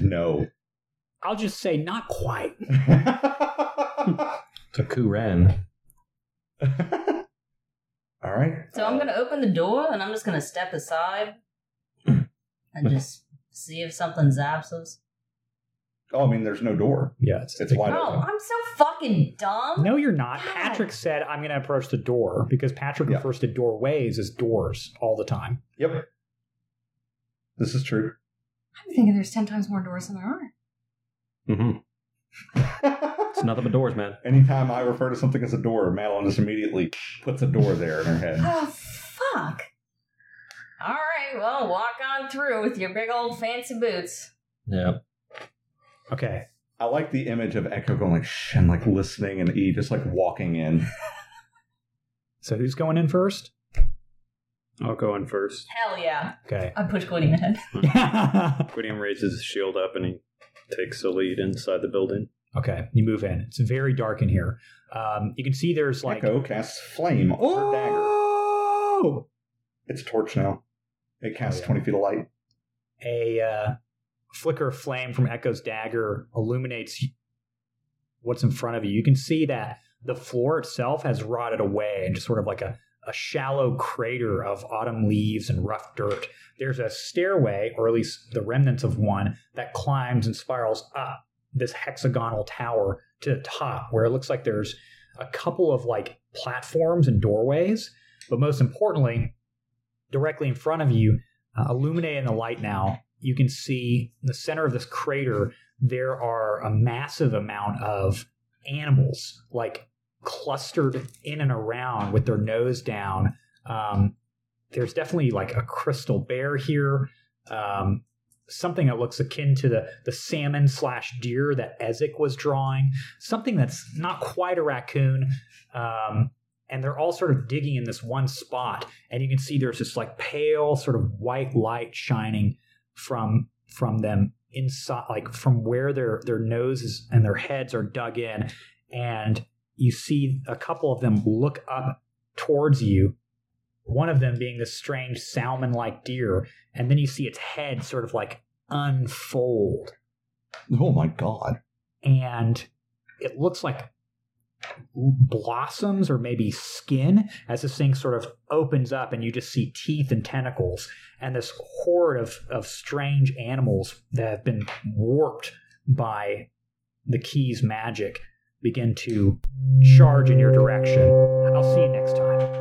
S4: *laughs*
S5: know. *laughs*
S4: I'll just say not quite.
S5: All
S2: To Kuran.
S5: right.
S1: So I'm gonna open the door and I'm just gonna step aside and just see if something zaps us.
S5: Oh, I mean, there's no door.
S4: Yeah, it's,
S5: It's wide
S1: Oh,
S5: open.
S1: I'm so fucking dumb.
S4: No, you're not.
S1: God.
S4: Patrick said I'm going to approach the door because Patrick
S5: Yeah.
S4: refers to doorways as doors all the time.
S5: Yep. This is true.
S1: I'm thinking there's ten times more doors than there are.
S2: Mm-hmm.
S5: *laughs*
S2: It's nothing but doors, man.
S5: Anytime I refer to something as a door, Madeline just immediately puts a door there in
S4: *laughs*
S5: her head.
S1: Oh fuck. All right, well, walk on through with your big old fancy boots.
S2: Yeah.
S4: Okay.
S5: I like the image of Echo going like shh and like listening and E just like walking in.
S4: So who's going in first?
S6: I'll go in first.
S1: Hell yeah.
S4: Okay. *laughs*
S1: I push Gwen in the head.
S6: William raises his shield up and he takes the lead inside the building.
S4: okay. You move in. It's very dark in here. Um, you can see there's like
S5: Echo casts flame on her dagger.
S4: oh!
S5: It's a torch now. It casts
S4: Oh, yeah.
S5: 20 feet of light.
S4: a uh, flicker of flame from Echo's dagger illuminates what's in front of you. You can see that the floor itself has rotted away and just sort of like a, a shallow crater of autumn leaves and rough dirt. There's a stairway, or at least the remnants of one, that climbs and spirals up this hexagonal tower to the top, where it looks like there's a couple of like platforms and doorways. But most importantly, directly in front of you, uh, illuminated in the light now, you can see in the center of this crater, there are a massive amount of animals, like clustered in and around with their nose down. Um, there's definitely like a crystal bear here, um, something that looks akin to the, the salmon slash deer that Ezek was drawing, something that's not quite a raccoon. Um, and they're all sort of digging in this one spot and you can see there's this like pale sort of white light shining from from them inside like from where their their noses and their heads are dug in and you see a couple of them look up towards you one of them being this strange salmon like deer and then you see its head sort of like unfold
S5: Oh my god.
S4: and it looks like blossoms or maybe skin as this thing sort of opens up and you just see teeth and tentacles and this horde of, of strange animals that have been warped by the key's magic begin to charge in your direction. I'll see you next time.